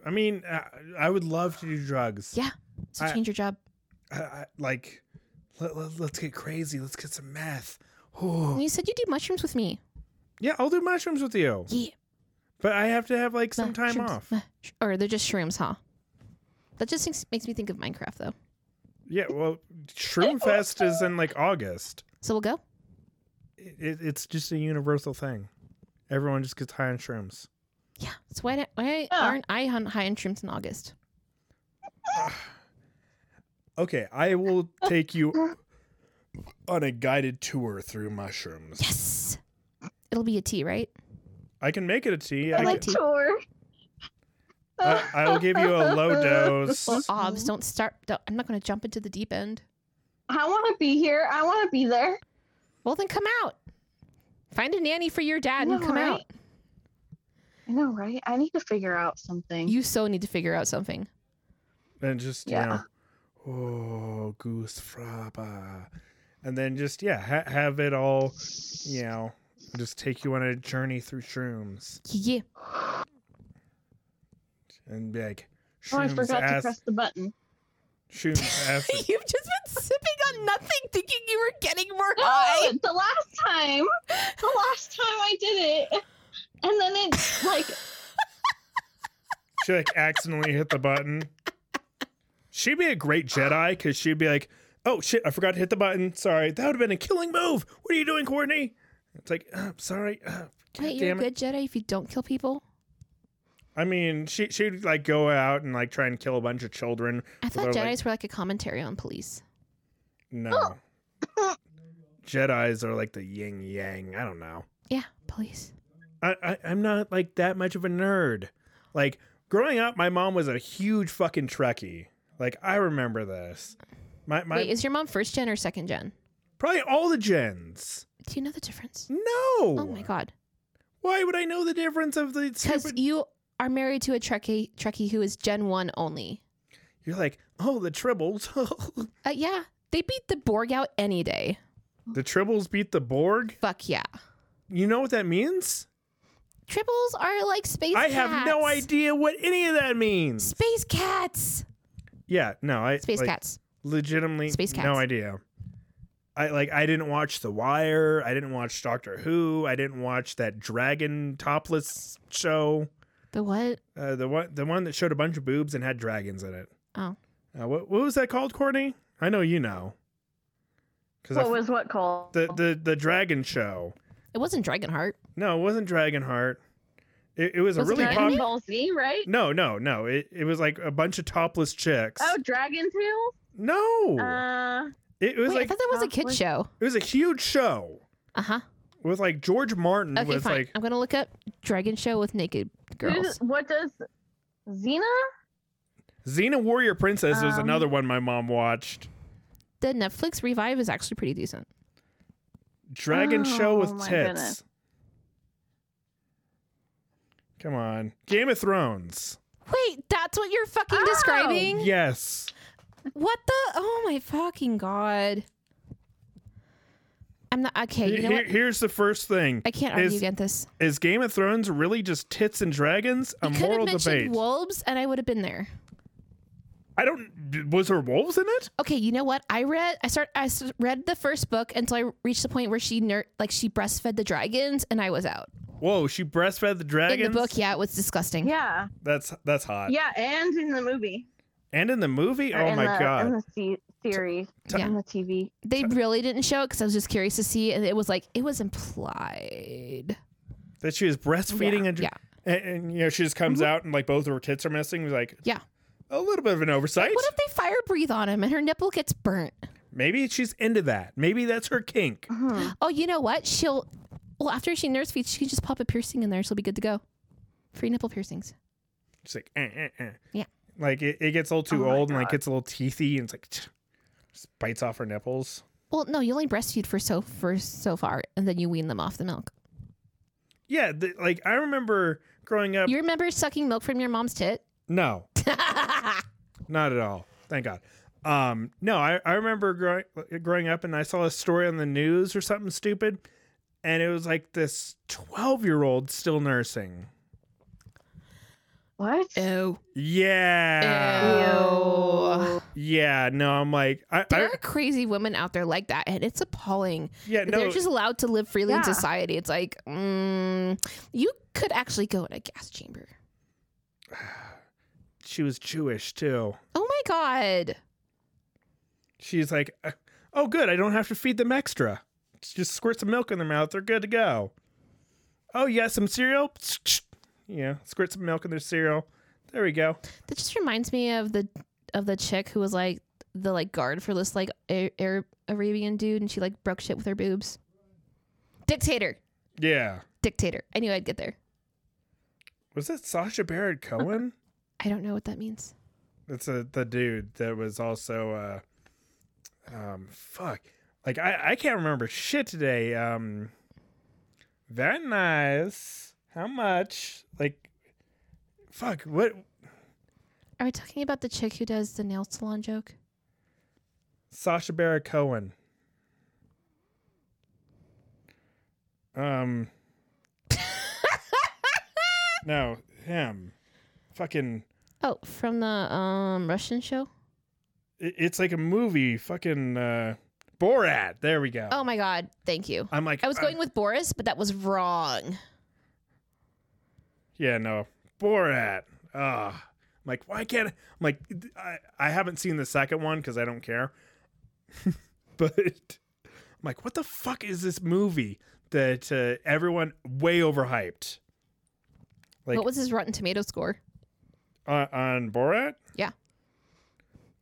S1: I mean, I, I would love to do drugs.
S2: Yeah. So
S1: I-
S2: change your job.
S1: I, I, like, let, let, let's get crazy. Let's get some meth.
S2: And
S1: Ooh.
S2: you said you do mushrooms with me.
S1: Yeah, I'll do mushrooms with you,
S2: Yeah.
S1: but I have to have like some time
S2: Mushrooms.
S1: off.
S2: Mush- Or they're just shrooms, huh? That just thinks- makes me think of Minecraft, though.
S1: Yeah, well, Shroom Fest is in like August.
S2: So we'll go.
S1: It, it's just a universal thing. Everyone just gets high on shrooms.
S2: Yeah. Oh. So why, don't- why
S3: Yeah.
S2: aren't I on high on shrooms in August?
S1: Okay, I will take you on a guided tour through mushrooms.
S2: Yes. It'll be a tea, right?
S1: I can make it a tea.
S3: I
S1: I,
S3: like
S1: can,
S2: to-
S3: tour.
S1: I, I will give you a low dose.
S2: Well, obs, don't start. Don't, I'm not going to jump into the deep end.
S3: I want to be here. I want to be there.
S2: Well, then come out. Find a nanny for your dad and
S3: Yeah,
S2: come
S3: right?
S2: out.
S3: I know, right? I need to figure out something.
S2: You so need to figure out something.
S1: and just
S3: Yeah.
S1: you know, oh goose frappa, and then just yeah, ha- have it all, you know, just take you on a journey through shrooms
S2: Yeah.
S1: and be like
S3: oh, I
S1: shrooms
S3: forgot to press
S1: acid,
S3: the button.
S1: shrooms acid.
S2: You've just been sipping on nothing, thinking you were getting more
S3: No, the last time, the last time I did it, and then it like
S1: She like accidentally hit the button. She'd be a great Jedi because she'd be like, "Oh shit, I forgot to hit the button. Sorry, that would have been a killing move. What are you doing, Courtney?" It's like, uh, "Sorry, uh, God
S2: Wait, you're a
S1: damn it."
S2: good Jedi if you don't kill people?
S1: I mean, she she'd like go out and like try and kill a bunch of children.
S2: I thought
S1: they're like-
S2: Jedi's were like a commentary on police.
S1: No,
S2: Oh.
S1: Jedi's are like the yin yang. I don't know.
S2: Yeah, police.
S1: I, I I'm not like that much of a nerd. Like growing up, my mom was a huge fucking Trekkie. Like I remember this. My my
S2: Wait, is your mom first gen or second gen?
S1: probably all the gens.
S2: Do you know the difference?
S1: No.
S2: Oh my god.
S1: Why would I know the difference of the
S2: Because
S1: stupid?
S2: you are married to a Trekkie, Trekkie who is Gen 1 only.
S1: You're like, oh, the Tribbles.
S2: Uh, yeah, they beat the Borg out any day.
S1: the Tribbles beat the Borg.
S2: Fuck yeah.
S1: You know what that means?
S2: Tribbles are like space
S1: I
S2: cats.
S1: have no idea what any of that means.
S2: Space cats.
S1: Yeah, no, I
S2: Space
S1: like,
S2: cats.
S1: Legitimately,
S2: Space
S1: no
S2: cats.
S1: idea. I like. I didn't watch The Wire. I didn't watch Doctor Who. I didn't watch that dragon topless show.
S2: The what?
S1: Uh, the one, the one that showed a bunch of boobs and had dragons in it.
S2: Oh.
S1: Uh, what what was that called, Courtney? I know you know. Because
S3: what was what called?
S1: the the the dragon show.
S2: It wasn't Dragonheart.
S1: No, it wasn't Dragonheart. It, it was a
S2: Was it
S1: really
S2: Dragon
S1: popular.
S3: Dragon
S2: pop-
S3: Ball Z, right?
S1: No, no, no. It, it was like a bunch of topless chicks.
S3: Oh, Dragon Tales.
S1: no,
S3: Uh,
S1: it, it was
S2: Wait,
S1: like
S2: I thought that was a kid
S3: Conflict.
S2: show.
S1: it was a huge show
S2: Uh huh.
S1: with like George Martin
S2: Okay,
S1: was
S2: fine.
S1: like
S2: I'm gonna look up Dragon Show with naked girls.
S3: who's- what does Xena?
S1: Xena Warrior Princess was
S3: Um,
S1: another one my mom watched.
S2: The Netflix revive is actually pretty decent.
S1: Dragon show
S3: Oh,
S1: with
S3: my
S1: tits.
S3: goodness.
S1: Come on, Game of Thrones.
S2: Wait, that's what you're fucking
S3: Oh!
S2: describing?
S1: Yes,
S2: What the? Oh my fucking god! I'm not okay. You know
S1: Here-
S2: what?
S1: here's the first thing:
S2: I can't argue
S1: is-
S2: against this.
S1: Is Game of Thrones really just tits and dragons? A
S2: You could have
S1: moral
S2: mentioned
S1: debate.
S2: wolves, and I would have been there.
S1: I don't. Was there wolves in it?
S2: Okay, you know what? I read. I start. I s- read the first book until I reached the point where she ner- like she breastfed the dragons, and I was out.
S1: Whoa, she breastfed the dragons.
S2: In the book, yeah, it was disgusting.
S3: Yeah,
S1: That's that's hot.
S3: yeah, and in the movie.
S1: And in the movie,
S3: Or
S1: oh
S3: in
S1: my
S3: the,
S1: god,
S3: In the se- series,
S2: Yeah.
S3: on the TV.
S2: They really didn't show it because I was just curious to see, and it was like it was implied.
S1: that she was breastfeeding
S2: Yeah,
S1: and,
S2: yeah. Mm-hmm.
S1: and and, you know she just comes out and like both of her tits are missing. Was like
S2: Yeah.
S1: a little bit of an oversight.
S2: What if they fire breathe on him and her nipple gets burnt?
S1: Maybe she's into that. Maybe that's her kink.
S3: Mhm.
S2: Oh, you know what? She'll well after she nurse feeds, she can just pop a piercing in there. She'll be good to go. Free nipple piercings.
S1: She's like, eh, eh, eh.
S2: Yeah.
S1: like it, it gets a little too
S3: Oh my
S1: old and like
S3: God.
S1: gets a little teethy and it's like tch, just bites off her nipples.
S2: Well, no, you only breastfeed for so for so far, and then you wean them off the milk.
S1: Yeah, the, like I remember growing up.
S2: You remember sucking milk from your mom's tit?
S1: no, Not at all. Thank God. Um, no, I, I remember growing growing up and I saw a story on the news or something stupid, and it was like this twelve year old still nursing.
S3: What?
S2: Oh,
S1: Yeah,
S2: Ew.
S1: yeah. No, I'm like, I,
S2: there
S1: I
S2: are crazy women out there like that, and it's appalling.
S1: yeah, no,
S2: They're just allowed to live freely in
S3: Yeah.
S2: society. It's like, mm, you could actually go in a gas chamber.
S1: she was Jewish too.
S2: Oh my god!
S1: She's like, oh, good, I don't have to feed them extra. Just squirt some milk in their mouth; they're good to go. Oh yeah, some cereal. Yeah, squirt some milk in their cereal. There we go.
S2: That just reminds me of the of the chick who was like the like guard for this like Ar- Arab Arabian dude, and she like broke shit with her boobs. Dictator,
S1: Yeah.
S2: dictator. I knew I'd get there.
S1: Was it Sasha Baron Cohen?
S2: I don't know what that means.
S1: That's a, the dude that was also, uh, um, fuck. Like I, I can't remember shit today. Um very nice. How much? Like fuck, what
S2: Are we talking about the chick who does the nail salon joke?
S1: Sasha Baron Cohen. Um No, him. Fucking
S2: Oh, from the um Russian show?
S1: it- it's like a movie. Fucking uh, Borat. There we go.
S2: Oh my god, thank you.
S1: I'm like
S2: I was
S1: uh,
S2: going with Boris, but that was wrong.
S1: yeah, no, Borat. Ah, I'm like why can't I'm like I I haven't seen the second one because I don't care. but I'm like, what the fuck is this movie that uh, everyone way overhyped? Like
S2: what was his Rotten Tomato score?
S1: on, Uh, on Borat?
S2: Yeah.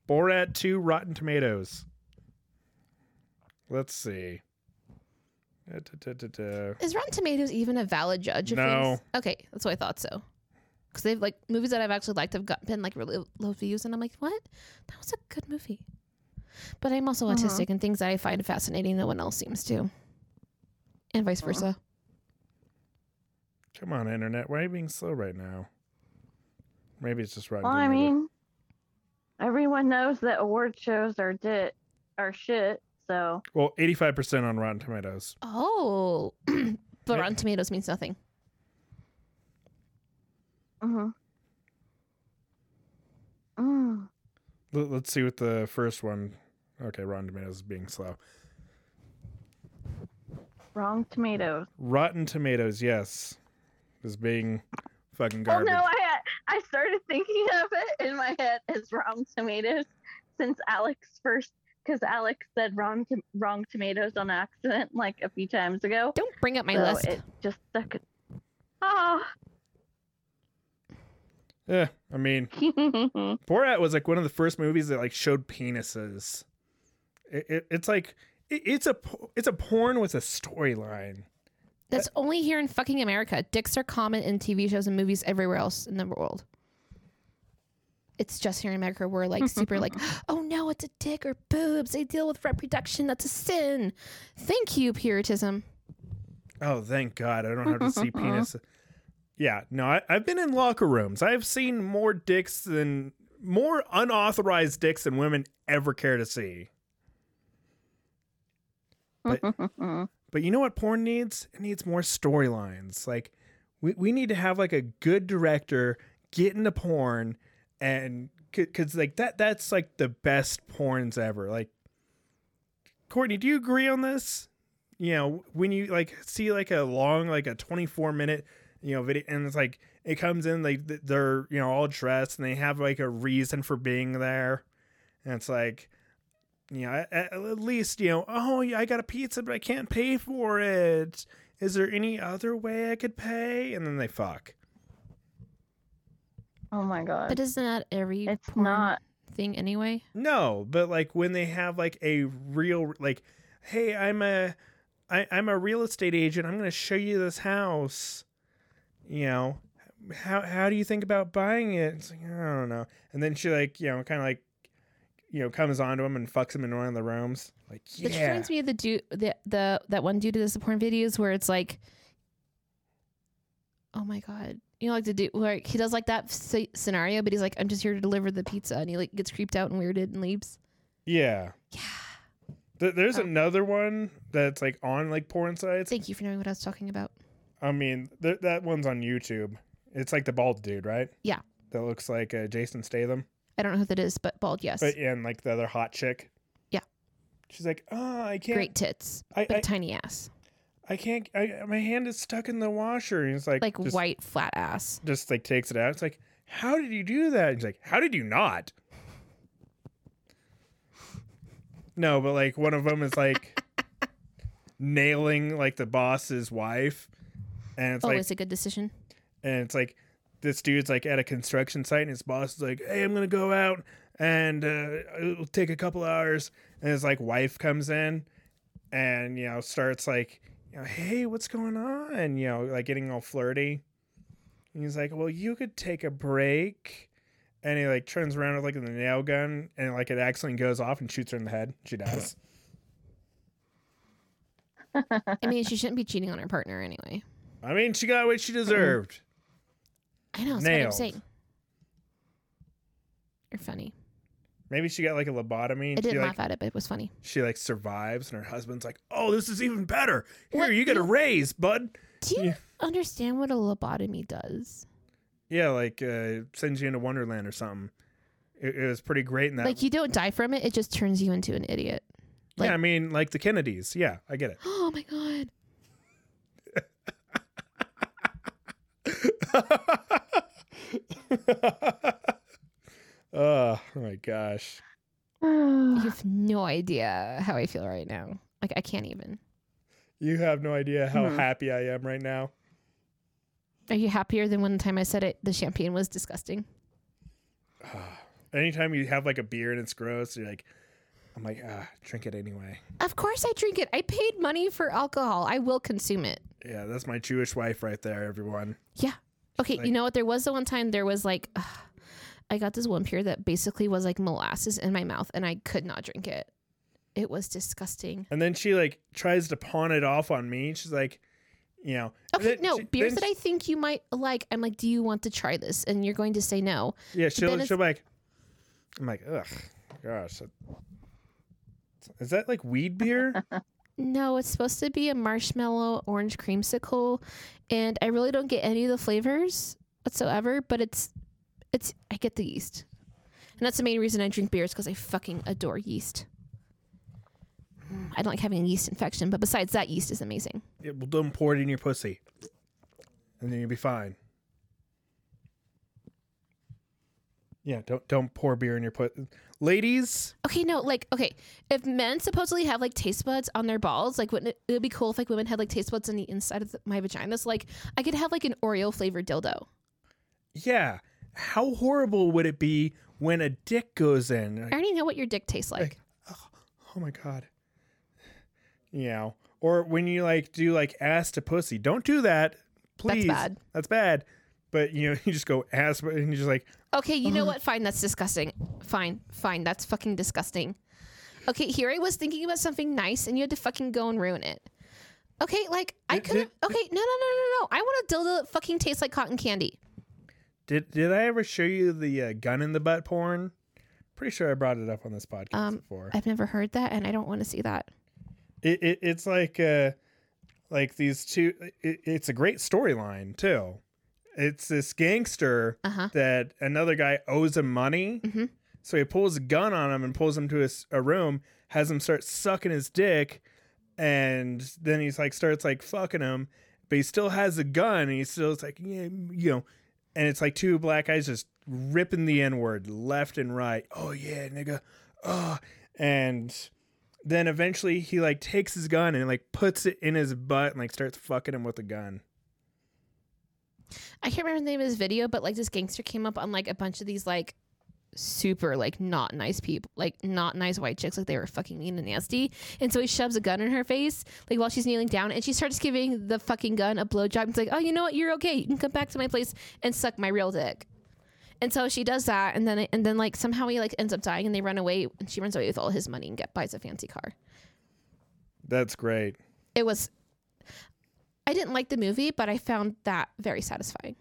S1: Borat 2 Rotten Tomatoes. Let's see. Da, da, da, da, da.
S2: Is Rotten Tomatoes even a valid judge of
S1: No.
S2: things? Okay, that's what I thought so. Because they've like movies that I've actually liked have got, been like really low views, and I'm like, what? That was a good movie. But I'm also
S3: Uh-huh.
S2: autistic, and things that I find fascinating, no one else seems to, and vice
S3: Uh-huh.
S2: versa.
S1: Come on, internet. Why are you being slow right now? Maybe it's just Rotten
S3: Well, I
S1: Tomatoes.
S3: mean, everyone knows that award shows are dit are shit. So
S1: Well, 85% on Rotten Tomatoes.
S2: Oh, but
S1: Hey.
S2: Rotten Tomatoes means nothing.
S3: mhm. Mm.
S1: L- let's see what the first one. Okay, Rotten Tomatoes is being slow.
S3: Wrong tomatoes.
S1: Rotten Tomatoes, yes, is being fucking garbage.
S3: Oh no, I had- I started thinking of it in my head as wrong tomatoes since Alex first because Alex said wrong to, wrong tomatoes on accident like a few times ago.
S2: Don't bring up my
S3: so
S2: list.
S3: it just stuck. it- Oh,
S1: yeah, Eh, I mean, Borat was like one of the first movies that like showed penises. It, it, it's like it, it's a po- it's a porn with a storyline.
S2: That's only here in fucking America. Dicks are common in TV shows and movies everywhere else in the world. It's just here in America we're like super like, oh no, it's a dick or boobs. They deal with reproduction. That's a sin. Thank you, Puritism.
S1: Oh, thank God, I don't have to see penis. Yeah, no, I, I've been in locker rooms. I've seen more dicks than more unauthorized dicks than women ever care to see. But you know what porn needs? It needs more storylines. Like we, we need to have like a good director get into porn and because like that that's like the best porns ever. Like Courtney, do you agree on this? You know, when you like see like a long like a 24 minute you know video and it's like it comes in like th- they're you know all dressed and they have like a reason for being there and it's like you know, at, at at least, you know, oh, yeah, I got a pizza, but I can't pay for it. Is there any other way I could pay? And then they fuck.
S3: oh my god!
S2: But isn't that every
S3: it's
S2: porn
S3: not.
S2: thing anyway?
S1: No, but like when they have like a real, like, hey, I'm a, I, I'm a real estate agent. I'm going to show you this house. You know, how how do you think about buying it? It's like I don't know. And then she like you know kind of like, you know, comes onto him and fucks him in one of the rooms. Like yeah,
S2: Which reminds me of the dude the, the that one dude who does the porn videos where it's like Oh my god. You know like the dude where he does like that sce- scenario, but he's like, I'm just here to deliver the pizza and he like gets creeped out and weirded and leaves.
S1: yeah.
S2: Yeah.
S1: Th- There's
S2: Oh.
S1: another one that's like on like porn sites.
S2: Thank you for knowing what I was talking about.
S1: I mean, th- that one's on YouTube. It's like the bald dude, right?
S2: Yeah.
S1: That looks like uh, Jason Statham,
S2: I don't know who that is, but bald, yes.
S1: but and like the other hot chick.
S2: Yeah.
S1: She's like, oh, I can't.
S2: Great tits,
S1: I,
S2: but
S1: I,
S2: tiny ass.
S1: I can't. I, my hand is stuck in the washer. And he's like,
S2: Like
S1: just,
S2: white flat ass.
S1: Just like takes it out. It's like, how did you do that? And he's like, how did you not? No, but like one of them is like nailing like the boss's wife, and it's like
S2: Always a good decision.
S1: and it's like this dude's like at a construction site and his boss is like hey i'm gonna go out and uh, it'll take a couple hours and his like wife comes in and you know starts like you know, hey what's going on and you know like getting all flirty and he's like well you could take a break and he like turns around with like the nail gun and like it accidentally goes off and shoots her in the head she dies
S2: I mean, she shouldn't be cheating on her partner anyway.
S1: I mean, she got what she deserved.
S2: I know. That's what I'm
S1: Nailed.
S2: saying. You're funny.
S1: Maybe she got like a lobotomy
S2: I
S1: and she
S2: didn't
S1: like
S2: laugh at it, but it was funny.
S1: she like survives and her husband's like, "Oh, this is even better. Here,
S2: What
S1: you get a
S2: the-
S1: raise, bud."
S2: Do you
S1: Yeah.
S2: understand what a lobotomy does?
S1: Yeah, like uh sends you into Wonderland or something. It, it was pretty great in that.
S2: Like, you don't die from it, it just turns you into an idiot. like-
S1: yeah, I mean, like the Kennedys. Yeah, I get it.
S2: Oh my God.
S1: oh my gosh.
S2: You
S3: oh,
S2: have no idea how I feel right now. Like, I can't even.
S1: You have no idea how
S3: Hmm.
S1: happy I am right now.
S2: Are you happier than one time I said it? The champagne was disgusting.
S1: Anytime you have like a beer and it's gross, you're like, I'm like, ah, drink it anyway.
S2: Of course, I drink it. I paid money for alcohol. I will consume it.
S1: Yeah, that's my Jewish wife right there, everyone.
S2: Okay,
S1: Like-
S2: you know what? There was the one time there was like, ugh, I got this one beer that basically was like molasses in my mouth, and I could not drink it. It was disgusting.
S1: And then she like tries to pawn it off on me. She's like, you know, and
S2: Okay,
S1: then
S2: no
S1: she-
S2: beers
S1: then
S2: that I
S1: she-
S2: think you might like. I'm like, do you want to try this? And you're going to say no.
S1: yeah, she'll
S2: then it's-
S1: she'll be like, I'm like, ugh, gosh, that- is that like weed beer?
S2: No, it's supposed to be a marshmallow orange creamsicle, and I really don't get any of the flavors whatsoever. But it's, it's I get the yeast, and that's the main reason I drink beers because I fucking adore yeast. Mm, I don't like having a yeast infection, but besides that, yeast is amazing.
S1: yeah, well, don't pour it in your pussy, and then you'll be fine. Yeah, don't don't pour beer in your put, ladies.
S2: Okay, no, like okay, if men supposedly have like taste buds on their balls, like wouldn't it, it would be cool if like women had like taste buds on the inside of the, my vagina? So like I could have like an Oreo flavored dildo.
S1: Yeah. How horrible would it be when a dick goes in?
S2: I
S1: Like,
S2: already know what your dick tastes like.
S1: oh my god. You know, or when you like do like ass to pussy. Don't do that, please.
S2: bad.
S1: That's bad. But you know, you just go ass, and you just like,
S2: Okay, you know what? Fine, that's disgusting. Fine, fine, that's fucking disgusting. Okay, here I was thinking about something nice and you had to fucking go and ruin it. Okay, like I
S1: Did-
S2: could have
S1: did-
S2: Okay, no no no no no. I want a dildo that fucking tastes like cotton candy.
S1: did did I ever show you the uh, gun in the butt porn? Pretty sure I brought it up on this podcast
S2: Um,
S1: before.
S2: I've never heard that and I don't want to see that.
S1: it, it it's like uh like these two it, it's a great storyline too it's this gangster
S2: Uh-huh.
S1: that another guy owes him money
S2: Mhm.
S1: so he pulls a gun on him and pulls him to his a room has him start sucking his dick and then he's like starts like fucking him but he still has a gun and he's still it's like yeah you know and it's like two black guys just ripping the n word left and right oh yeah nigga oh and then eventually he like takes his gun and like puts it in his butt and like starts fucking him with a gun.
S2: I can't remember the name of this video, but like this gangster came up on like a bunch of these like super like not nice people, like not nice white chicks, like they were fucking mean and nasty. And so he shoves a gun in her face, like while she's kneeling down, and she starts giving the fucking gun a blowjob. It's like, oh, you know what? You're okay. You can come back to my place and suck my real dick. And so she does that, and then and then like somehow he like ends up dying, and they run away, and she runs away with all his money and get buys a fancy car.
S1: That's great.
S2: It was. I didn't like the movie, but I found that very satisfying.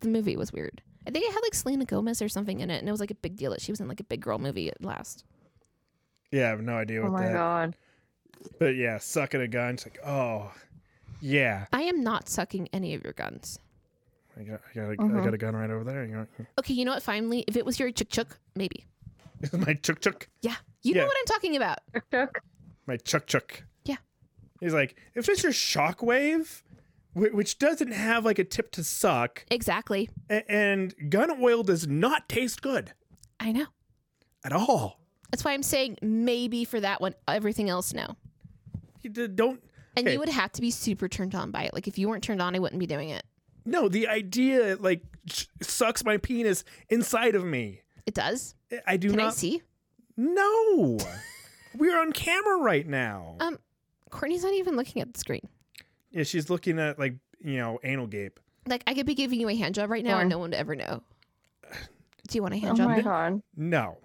S2: The movie was weird. I think it had like Selena Gomez or something in it, and it was like a big deal that she was in like a big girl movie at last.
S1: Yeah, I have no idea what
S3: Oh my
S1: that.
S3: god.
S1: But yeah, sucking a gun. It's like, oh, yeah,
S2: I am not sucking any of your guns.
S1: I got, I got, a,
S2: Mm-hmm.
S1: I got a gun right over there. You know,
S2: Okay, you know what? Finally, if it was your chuk chuk, maybe.
S1: this is my chuk chuk,
S2: Yeah, you
S1: Yeah.
S2: know what I'm talking about.
S3: Tuk tuk.
S1: my chuk chuk.
S2: Yeah.
S1: He's like, if it's your shockwave, wh- which doesn't have like a tip to suck,
S2: Exactly.
S1: a- and gun oil does not taste good
S2: I know.
S1: at all.
S2: That's why I'm saying maybe for that one. Everything else, no.
S1: You d- don't.
S2: And
S1: Okay.
S2: you would have to be super turned on by it. Like if you weren't turned on, I wouldn't be doing it.
S1: No, the idea like sh- sucks my penis inside of me.
S2: It does.
S1: I- I do
S2: Can
S1: not.
S2: I see?
S1: No, we're on camera right now.
S2: Um, Courtney's not even looking at the screen.
S1: yeah, she's looking at like you know anal gape.
S2: Like I could be giving you a hand job right now,
S3: Or-
S2: and no one would ever know. Do you want a
S3: Oh
S2: hand job?
S3: my god.
S1: No,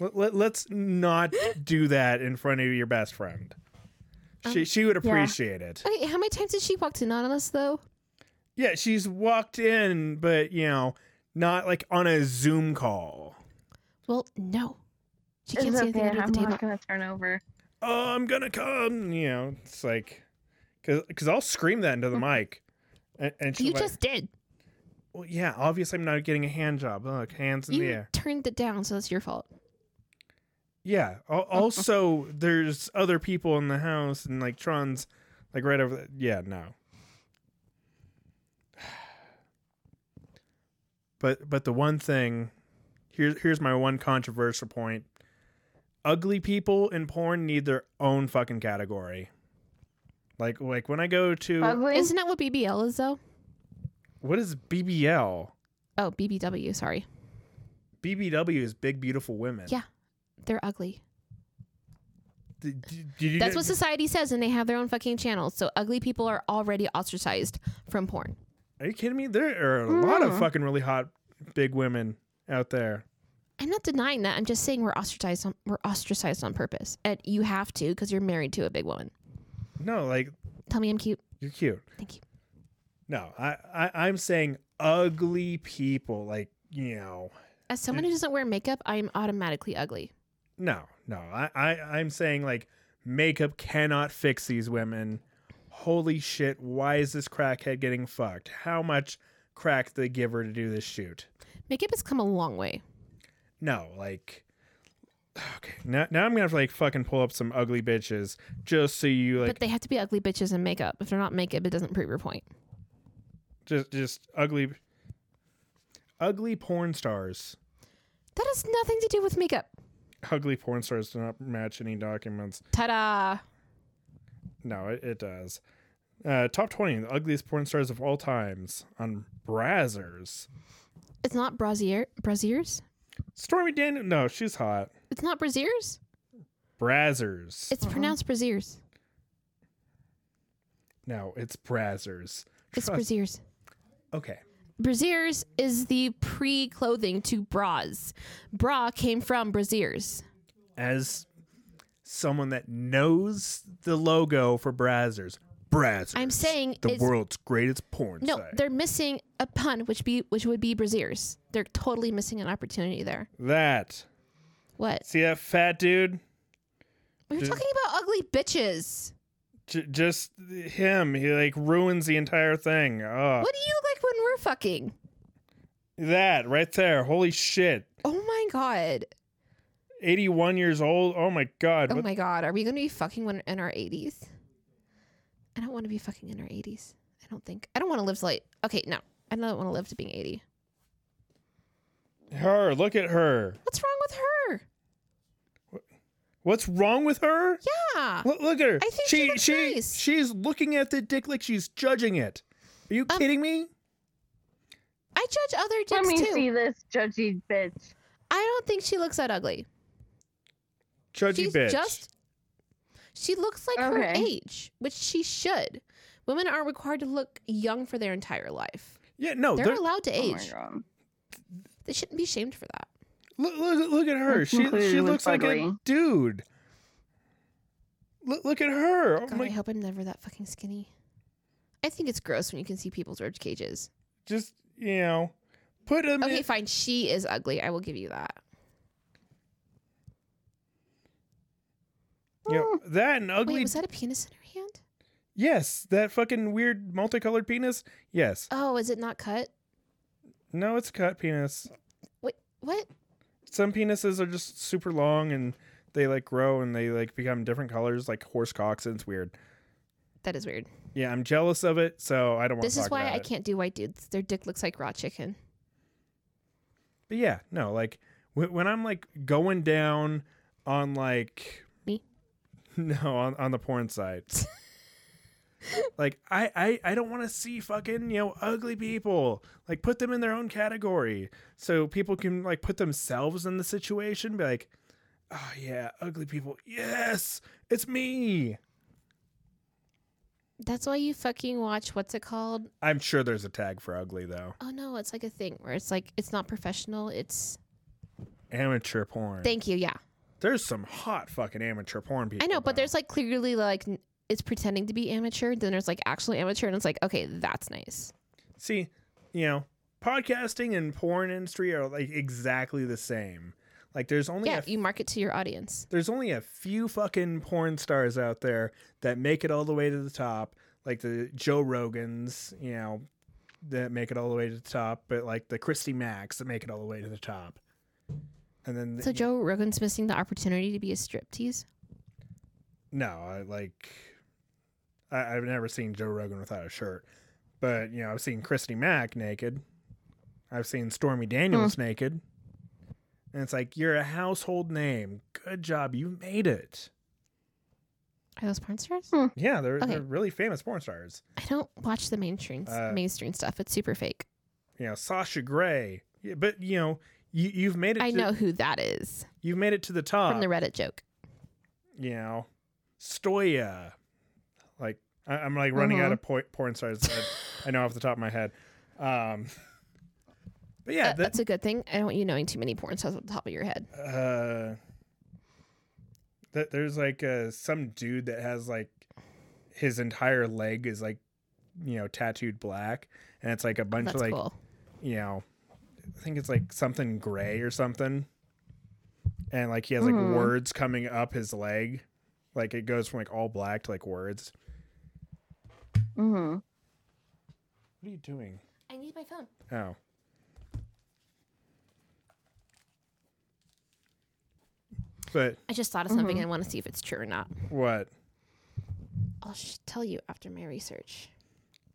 S1: let, let, us not do that in front of your best friend.
S2: Um,
S1: She she would appreciate it.
S2: Okay, how many times did she walk to Nautilus though?
S1: Yeah, she's walked in, but you know, not like on a Zoom call.
S2: Well, no. She
S3: It's
S2: can't see anything
S3: okay.
S2: under
S3: I'm
S2: the table.
S3: not gonna turn over.
S1: Oh, I'm gonna come. You know, it's like, cause, cause I'll scream that into the mic, and, and she'll
S2: Mm-hmm. You
S1: be like,
S2: just did.
S1: well, yeah, obviously I'm not getting a hand job. Look, hands in
S2: You
S1: the air.
S2: turned it down, so that's your fault.
S1: Yeah. al- Also, there's other people in the house, and like Tron's, like right over. The, yeah, no. But but the one thing, here's here's my one controversial point. Ugly people in porn need their own fucking category. Like like when I go to
S3: Ugly.
S2: Isn't that what BBL is though?
S1: what is BBL?
S2: Oh, BBW, sorry.
S1: BBW is big beautiful women.
S2: Yeah. They're ugly.
S1: Did, did you
S2: That's
S1: get-
S2: what society says, and they have their own fucking channels. So ugly people are already ostracized from porn.
S1: Are you kidding me? There are a lot of
S3: Mm.
S1: fucking really hot big women out there.
S2: I'm not denying that. I'm just saying we're ostracized. On, we're ostracized on purpose, and you have to because you're married to a big woman.
S1: No, like
S2: Tell me I'm cute.
S1: you're cute.
S2: Thank you.
S1: No, I, I I'm saying ugly people. Like you know,
S2: As someone who doesn't wear makeup, I am automatically ugly.
S1: no, no. I, I I'm saying like makeup cannot fix these women. Holy shit! Why is this crackhead getting fucked? How much crack did they give her to do this shoot?
S2: Makeup has come a long way.
S1: No, like. Okay, now, now I'm gonna have to like fucking pull up some ugly bitches just so you like
S2: but they have to be ugly bitches in makeup. If they're not makeup, it doesn't prove your point.
S1: just just ugly ugly porn stars
S2: That has nothing to do with makeup.
S1: ugly porn stars do not match any documents
S2: Ta da!
S1: no it, it does uh, top 20 the ugliest porn stars of all times on brazzers
S2: It's not brasier, brasiers.
S1: stormy daniel no she's hot
S2: It's not brasiers.
S1: brazzers
S2: It's pronounced brasiers.
S1: no it's brazzers
S2: It's
S1: Trust-
S2: brasiers.
S1: okay
S2: Brasiers is the pre-clothing to bras. Bra came from brasiers.
S1: as someone that knows the logo for brazzers brazzers
S2: I'm saying
S1: the
S2: it's-
S1: world's greatest porn
S2: No,
S1: site.
S2: they're missing a pun, which be which would be brasiers. They're totally missing an opportunity there.
S1: that
S2: What?
S1: see that fat dude
S2: We were
S1: Just-
S2: talking about ugly bitches.
S1: J- just him he like ruins the entire thing oh
S2: What do you look like when we're fucking?
S1: that right there holy shit
S2: Oh my god.
S1: 81 years old oh my god
S2: Oh
S1: what-
S2: my god. Are we gonna be fucking when in our eighties? I don't want to be fucking in our eighties. I don't think. I don't want to live to like. Okay, no. I don't want to live to being eighty.
S1: her look at her
S2: What's wrong with her?
S1: what's wrong with her
S2: Yeah.
S1: Look- look at her
S2: I think she looks nice.
S1: she's looking at the dick like she's judging it are you
S2: Um,
S1: kidding me
S2: I judge other
S3: Let me
S2: dicks too.
S3: see this judgy bitch.
S2: I don't think she looks that ugly.
S1: judgy
S2: She's
S1: bitch
S2: just. She looks like her
S3: Okay.
S2: age, which she should. Women are required to look young for their entire life.
S1: yeah no
S2: they're,
S1: they're-
S2: allowed to
S3: Oh my
S2: age.
S3: god.
S2: they shouldn't be shamed for that.
S1: look, look, look at her
S3: That's
S1: she,
S3: completely
S1: she looks like a
S3: ugly.
S1: dude look, look at her oh
S2: God,
S1: my
S2: I hope I'm never that fucking skinny. I think it's gross when you can see people's rib cages.
S1: just you know put him
S2: Okay,
S1: in,
S2: fine. She is ugly. I will give you that.
S1: you know, that and ugly
S2: Wait, was that a penis in her hand?
S1: Yes, that fucking weird multicolored penis. Yes.
S2: Oh, is it not cut?
S1: No, it's a cut penis.
S2: Wait, what?
S1: Some penises are just super long and they like grow and they like become different colors, like horse cocks. And it's weird.
S2: That is weird.
S1: Yeah, I'm jealous of it, so I don't want.
S2: This
S1: to
S2: is
S1: talk
S2: why
S1: about
S2: I
S1: it.
S2: can't do white dudes. Their dick looks like raw chicken.
S1: But yeah, no, like when, when I'm like going down on like
S2: Me?
S1: No, on, on the porn sites. like I, I I don't want to see fucking you know ugly people. Like put them in their own category so people can like put themselves in the situation. Be like, oh yeah, ugly people. Yes, it's me.
S2: That's why you fucking watch what's it called?
S1: I'm sure there's a tag for ugly though.
S2: Oh no, it's like a thing where it's like it's not professional. It's
S1: Amateur porn.
S2: thank you. Yeah,
S1: there's some hot fucking amateur porn people.
S2: I know, but
S1: though.
S2: there's like clearly like n- is pretending to be amateur. Then there's like actually amateur, and it's like, okay, that's nice.
S1: See, you know, podcasting and porn industry are like exactly the same. Like there's only a
S2: Yeah,
S1: f-
S2: you market to your audience.
S1: there's only a few fucking porn stars out there that make it all the way to the top, like the Joe Rogans, you know, that make it all the way to the top, but like the Christy Max that make it all the way to the top. And then the-
S2: So Joe Rogan's missing the opportunity to be a striptease.
S1: no, I like I, I've never seen Joe Rogan without a shirt, but you know I've seen Christy Mack naked, I've seen Stormy Daniels
S2: Hmm.
S1: naked, and it's like you're a household name. Good job, you made it.
S2: Are those porn
S1: Hmm.
S2: stars?
S1: Yeah, they're,
S2: Okay.
S1: they're really famous porn stars.
S2: I don't watch the mainstream
S1: Uh,
S2: mainstream stuff. It's super fake.
S1: You know Sasha Grey, yeah, but you know you you've made it.
S2: I
S1: to,
S2: know who that is
S1: you've made it to the top.
S2: from the Reddit joke.
S1: you know, Stoya. Like I, I'm like running
S2: Uh-huh.
S1: out of po- porn stars. that I know off the top of my head. Um, but yeah, that,
S2: That- Uh, that's a good thing. I don't want you knowing too many porn stars off the top of your head.
S1: uh, that there's like uh, some dude that has like his entire leg is like you know tattooed black, and it's like a bunch
S2: That's
S1: of like
S2: cool.
S1: you know, I think it's like something gray or something. And like he has like
S2: Mm-hmm.
S3: Mhm.
S1: words coming up his leg. Like it goes from like all black to like words.
S3: Mm-hmm.
S1: What are you doing?
S2: I need my phone.
S1: Oh. But
S2: I just thought of something. I want to see if it's true or not.
S1: what?
S2: I'll sh- tell you after my research.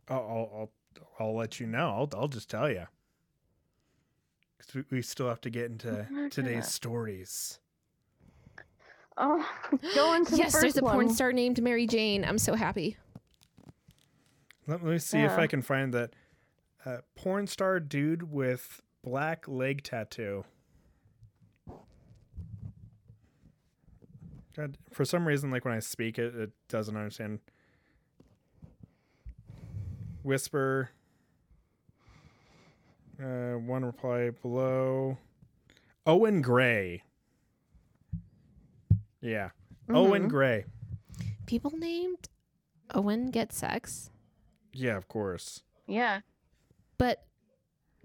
S1: I'll I'll I'll, I'll let you know. I'll, I'll just tell you. Cause we, we still have to get into
S3: my God.
S1: today's stories.
S3: Oh, go into
S2: yes,
S3: the
S2: there's
S3: first
S2: a porn
S3: one.
S2: star named Mary Jane. I'm so happy.
S1: Let, let me see if
S3: Yeah.
S1: I can find that uh, porn star dude with black leg tattoo. God, for some reason, like when I speak it, it doesn't understand. Whisper. Uh, one reply below. Owen Gray. Yeah. Owen Gray.
S2: People named Owen get sex,
S1: Yeah, of course.
S3: Yeah.
S2: but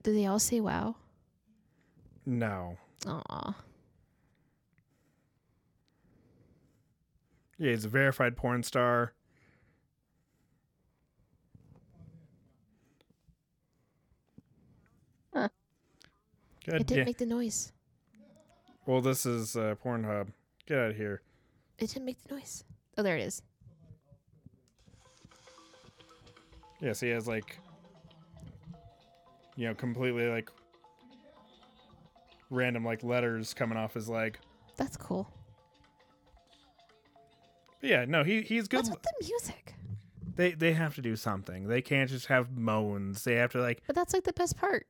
S2: do they all say wow?
S1: No.
S2: Aw.
S1: Yeah, he's a verified porn star.
S3: Huh.
S2: It
S1: Good.
S2: didn't
S1: Yeah.
S2: make the noise.
S1: Well, this is uh, Pornhub. Get out of here.
S2: It didn't make the noise. Oh, there it is.
S1: Yes, he has like, you know, completely like random like letters coming off his leg.
S2: That's cool.
S1: But yeah, no, he he's good.
S2: What's with the music?
S1: They they have to do something. They can't just have moans. They have to like.
S2: But that's like the best part.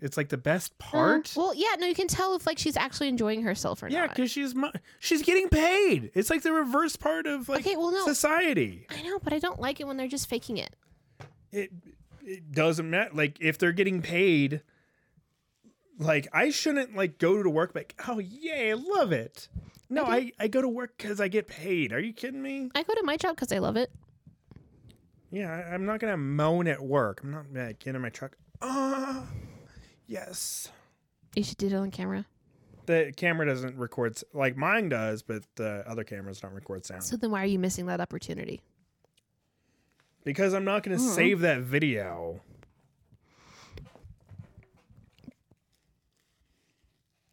S1: It's like the best part.
S2: Well, yeah, no, you can tell if like she's actually enjoying herself or
S1: yeah,
S2: not.
S1: because she's mo- she's getting paid. It's like the reverse part of like
S2: Okay, well, no.
S1: society.
S2: I know, but I don't like it when they're just faking it.
S1: it it doesn't matter like if they're getting paid like i shouldn't like go to work like oh yay i love it no i i go to work because i get paid are you kidding me
S2: I go to my job because I love it.
S1: yeah I, i'm not gonna moan at work i'm not gonna get in my truck ah yes
S2: You should do it on camera.
S1: the camera doesn't record s- like mine does but the other cameras don't record sound
S2: So then why are you missing that opportunity?
S1: because i'm not gonna save that video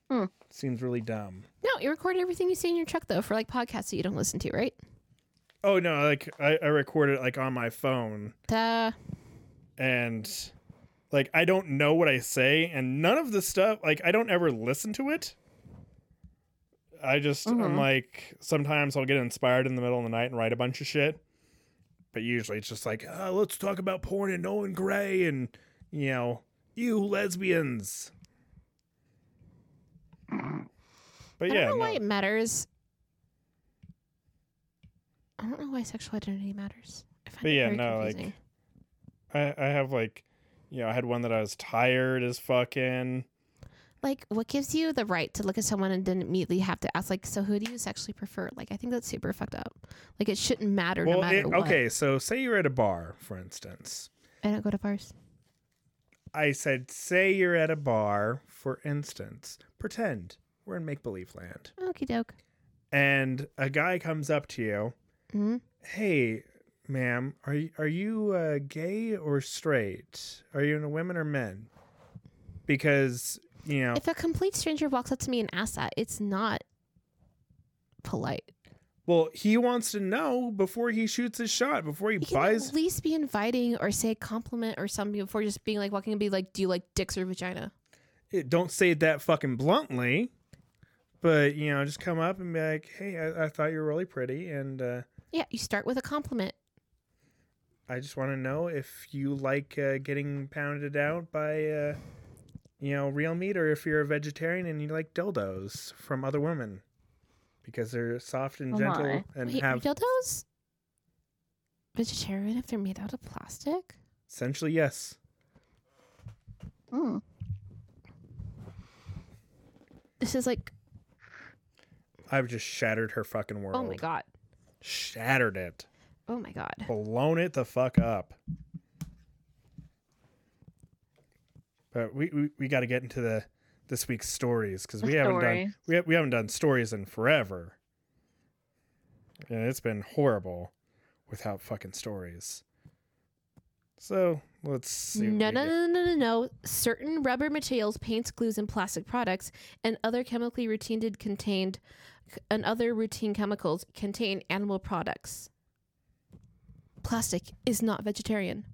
S3: Hmm.
S1: seems really dumb
S2: No, you record everything you see in your truck though for like podcasts that you don't listen to, right?
S1: Oh no, like I, I record it like on my phone
S2: Uh,
S1: and like I don't know what I say and none of the stuff like I don't ever listen to it. I just I'm
S2: Mm-hmm.
S3: Mhm.
S1: like sometimes I'll get inspired in the middle of the night and write a bunch of shit. But usually it's just like, oh, let's talk about porn and Owen Gray and you know, you lesbians. But yeah,
S2: I don't know
S1: no.
S2: why it matters. I don't know why sexual identity matters. I find
S1: But
S2: it
S1: yeah,
S2: very
S1: no,
S2: confusing.
S1: like I, I have like, you know, I had one that I was tired as fucking.
S2: like what gives you the right to look at someone and then immediately have to ask like so who do you sexually prefer like i think that's super fucked up like it shouldn't matter no
S1: Well,
S2: matter
S1: it-
S2: what
S1: okay, so say you're at a bar, for instance.
S2: i don't go to bars
S1: I said, say you're at a bar, for instance. Pretend we're in make believe land.
S2: okie doke
S1: And a guy comes up to you.
S2: Mhm.
S1: Hey, ma'am, are you, are you uh, gay or straight? Are you into women or men? Because, you know,
S2: if a complete stranger walks up to me and asks that it's not polite
S1: well, he wants to know before he shoots his shot, before he
S2: you can
S1: buys.
S2: at least be inviting or say a compliment or something before just being like walking and be like do you like dicks or vagina
S1: it- don't say it that fucking bluntly, but you know, just come up and be like, "Hey, I, I thought you were really pretty, and uh,
S2: yeah you start with a compliment
S1: I just want to know if you like uh, getting pounded out by, uh, you know, real meat, or if you're a vegetarian and you like dildos from other women because they're soft and
S3: Oh
S1: gentle
S3: my.
S1: and
S2: Wait,
S1: have
S2: dildos vegetarian if they're made out of plastic
S1: essentially yes."
S3: Mm.
S2: this is like
S1: I've just shattered her fucking world.
S2: oh my god
S1: Shattered it.
S2: oh my god
S1: blown it the fuck up. But we we, we got to get into the this week's stories because
S3: The
S1: we haven't done
S3: stories.
S1: we, ha- we haven't done stories in forever, and it's been horrible without fucking stories. So let's see. what
S2: No,
S1: we
S2: no,
S1: get.
S2: no, no, no, no. Certain rubber materials, paints, glues, and plastic products, and other chemically routine contained, and other routine chemicals contain animal products. Plastic is not vegetarian.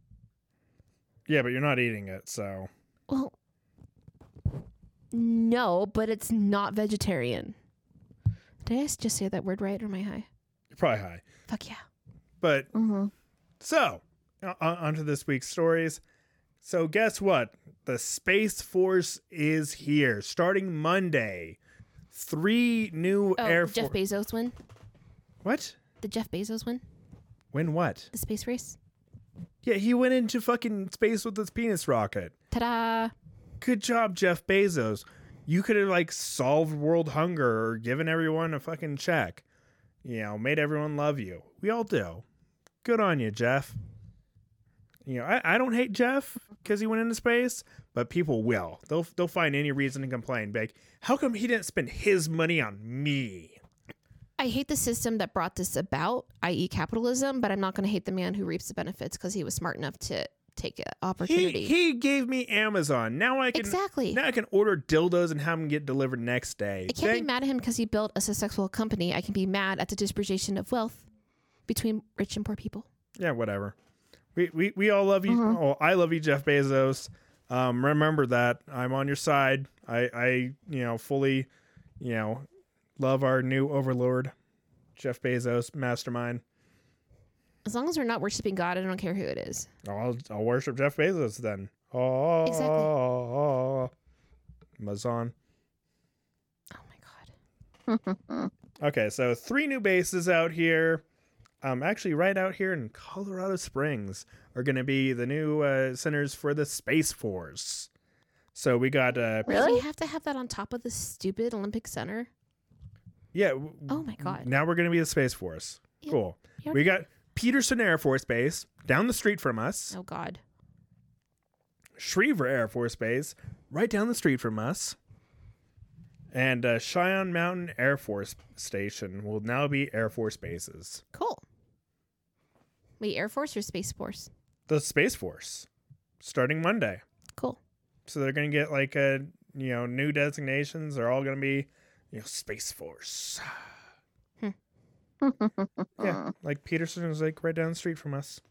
S1: Yeah, but you're not eating it, so
S2: Well, no, but it's not vegetarian. Did I just say that word right, or am I high?
S1: you're probably high.
S2: Fuck yeah.
S1: But
S3: hmm
S1: So, on, onto this week's stories. So, guess what? The Space Force is here starting Monday. Three new
S2: Oh,
S1: Air
S2: did Jeff
S1: Force.
S2: Bezos win.
S1: what?
S2: Did Jeff Bezos win
S1: When what?
S2: the space race?
S1: Yeah, he went into fucking space with his penis rocket.
S2: Ta-da!
S1: Good job, Jeff Bezos. You could have like solved world hunger or given everyone a fucking check. You know, made everyone love you. We all do. Good on you, Jeff. You know, I, I don't hate Jeff because he went into space, but people will. They'll they'll find any reason to complain. Be like, how come he didn't spend his money on me?
S2: I hate the system that brought this about, i.e., capitalism, but I'm not going to hate the man who reaps the benefits because he was smart enough to take an
S1: He,
S2: opportunity.
S1: he gave me Amazon. Now I can
S2: exactly.
S1: now I can order dildos and have them get delivered next day.
S2: I can't be
S1: Thank-
S2: mad at him because he built a successful company. I can be mad at the dispersion of wealth between rich and poor people.
S1: yeah, whatever. We we, we all love you. Oh, I love you, Jeff Bezos. Um, remember that I'm on your side. I I you know fully, you know, love our new overlord, Jeff Bezos, mastermind.
S2: As long as we're not worshiping God, I don't care who it is.
S1: Oh, I'll I'll worship Jeff Bezos then. Oh,
S2: Exactly.
S1: oh, oh, oh. Amazon.
S2: Oh my God.
S1: Okay, so three new bases out here. Um, actually, right out here in Colorado Springs are going to be the new uh, centers for the Space Force. So we got, uh,
S2: Do
S3: Really?
S2: we have to have that on top of this stupid Olympic Center?
S1: yeah. w-
S2: Oh my God.
S1: Now we're going to be the Space Force.
S2: Yeah.
S1: Cool.
S2: Yeah.
S1: We got Peterson Air Force Base down the street from us,
S2: Oh God.
S1: Schriever Air Force Base right down the street from us, and uh, Cheyenne Mountain Air Force Station will now be Air Force bases.
S2: Cool. Wait, Air Force or Space Force?
S1: The Space Force starting Monday.
S2: Cool.
S1: so they're gonna get like a you know new designations they're all gonna be you know space force yeah like peterson is like right down the street from us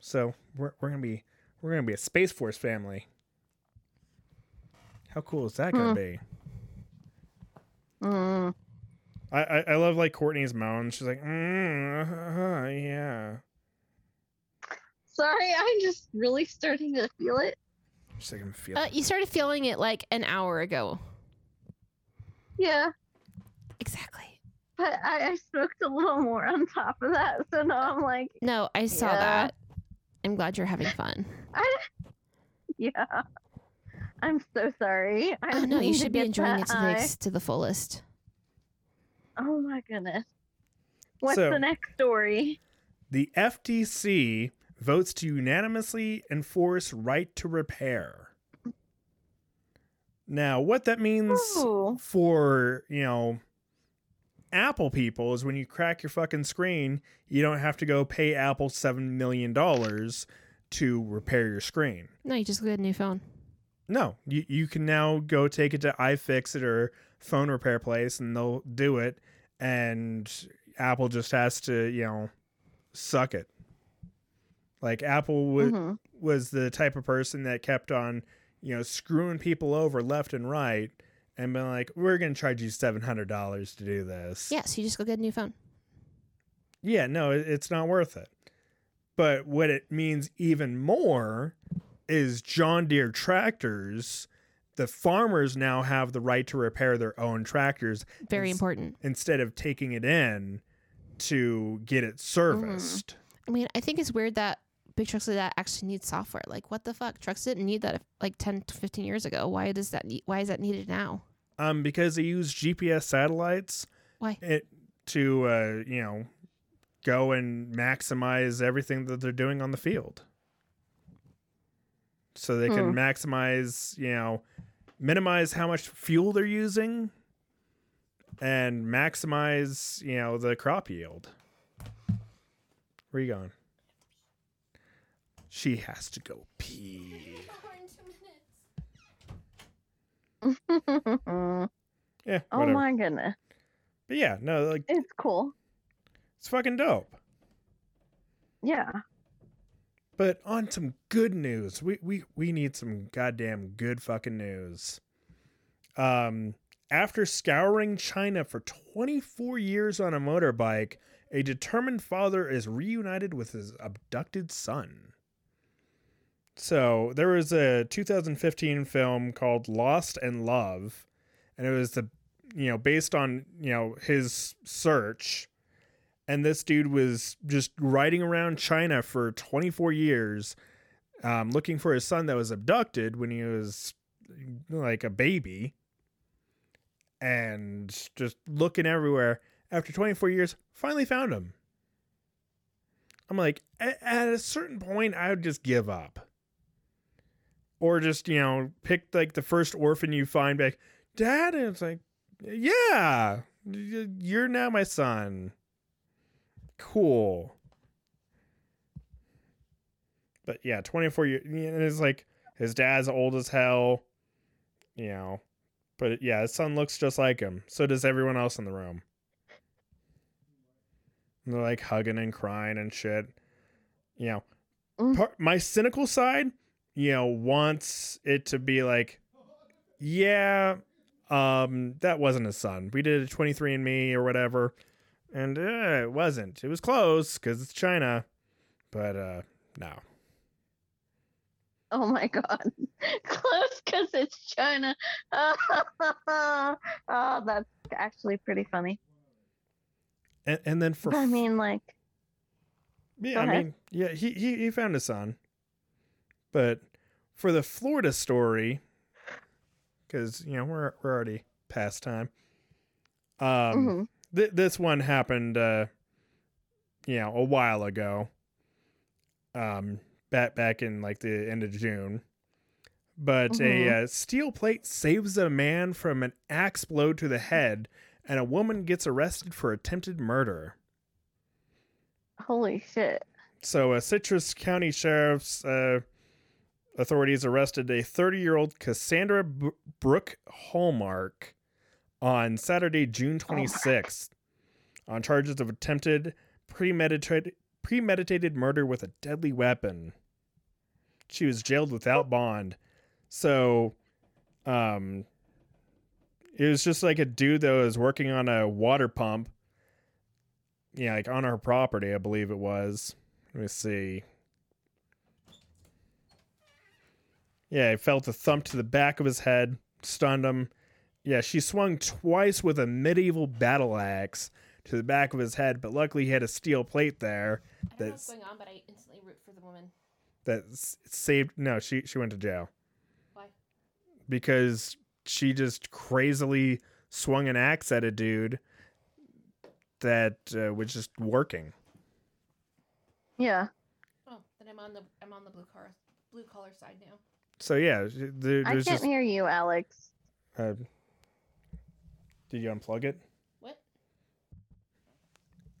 S1: so we're, we're gonna be we're gonna be a space force family how cool is that gonna be
S3: Mm.
S1: I, I i love like courtney's moan she's like mm, uh, yeah
S3: Sorry, I'm just really starting to feel it.
S1: she's like i'm feeling
S2: Uh, you started feeling it like an hour ago.
S3: Yeah,
S2: Exactly.
S3: but I, I smoked a little more on top of that, so now I'm like,
S2: No, I saw
S3: Yeah.
S2: that. I'm glad you're having fun.
S3: I, yeah, I'm so sorry. I
S2: Oh no, you
S3: didn't mean to
S2: should be
S3: get
S2: enjoying
S3: that
S2: it to the,
S3: eye.
S2: ex- to the fullest.
S3: Oh my goodness. What's
S1: So-
S3: the next story?
S1: The FTC votes to unanimously enforce right to repair. Now, what that means
S3: Ooh.
S1: for, you know, Apple people is when you crack your fucking screen, you don't have to go pay Apple $7 million to repair your screen.
S2: No, you just get a new phone.
S1: No, you, you can now go take it to iFixit or phone repair place and they'll do it. And Apple just has to, you know, suck it. Like Apple wa-
S3: Mhm.
S1: was the type of person that kept on, you know, screwing people over left and right and been like, we're going to charge you $700 to do this.
S2: Yeah, so you just go get a new phone.
S1: Yeah, no, it- it's not worth it. But what it means even more is John Deere tractors. The farmers now have the right to repair their own tractors
S2: Very
S1: It's-
S2: important.
S1: instead of taking it in to get it serviced.
S2: I mean, I think it's weird that big trucks like that actually need software. Like, what the fuck? Trucks didn't need that like 10 to 15 years ago. Why does that? Need, why is that needed now?
S1: Um, because they use GPS satellites
S2: Why?
S1: it, to, uh, you know, go and maximize everything that they're doing on the field. So they
S3: Hmm.
S1: can maximize, you know, minimize how much fuel they're using and maximize, you know, the crop yield. Where you going? She has to go pee.
S3: Mm.
S1: Yeah.
S3: oh
S1: whatever.
S3: my goodness.
S1: But yeah, no, like
S3: It's cool.
S1: it's fucking dope.
S3: Yeah.
S1: But on some good news, we we we need some goddamn good fucking news. Um, after scouring China for 24 years on a motorbike, a determined father is reunited with his abducted son. So there was a 2015 film called Lost and Love, and it was the you know based on you know his search and this dude was just riding around China for 24 years, um, looking for his son that was abducted when he was like a baby, and just looking everywhere. After 24 years, finally found him. I'm like, at, at a certain point, I would just give up, or just you know, pick like the first orphan you find, back, Dad, and it's like, yeah, y- you're now my son cool. But yeah, 24 years. And it's like his dad's old as hell, you know. But yeah, his son looks just like him. So does everyone else in the room. And they're like hugging and crying and shit. You know,
S3: Mm.
S1: Part- my cynical side, you know, wants it to be like, yeah, um, that wasn't his son. We did a 23andMe or whatever and uh, it wasn't. It was close because it's China, but uh, no.
S3: Oh my god. Close because it's China. oh, that's actually pretty funny.
S1: And, and then for
S3: But I mean, like,
S1: yeah, I
S3: go ahead.
S1: mean, yeah, he, he he found his son, but for the Florida story, because you know we're we're already past time. Um,
S3: mhm.
S1: th- this one happened uh you know a while ago um back back in like the end of june but a uh, steel plate saves a man from an axe blow to the head and a woman gets arrested for attempted murder
S3: holy shit.
S1: so uh, citrus county sheriff's uh authorities arrested a 30 year old cassandra B- brooke hallmark on saturday june 26th on charges of attempted premeditated premeditated murder with a deadly weapon she was jailed without bond so um it was just like a dude that was working on a water pump yeah like on her property i believe it was let me see Yeah, he felt a thump to the back of his head, stunned him. Yeah, she swung twice with a medieval battle axe to the back of his head, but luckily he had a steel plate there
S2: I
S1: know what's That's-
S2: going on, but I instantly root for the woman.
S1: that s- saved. No, she she went to jail.
S2: Why?
S1: because she just crazily swung an axe at a dude that uh, was just working.
S3: Yeah.
S2: Oh, then I'm on the I'm on the blue collar blue collar side now.
S1: So yeah, there,
S3: I can't
S1: there's just.
S3: hear you, Alex.
S1: Uh, did you unplug it?
S2: What?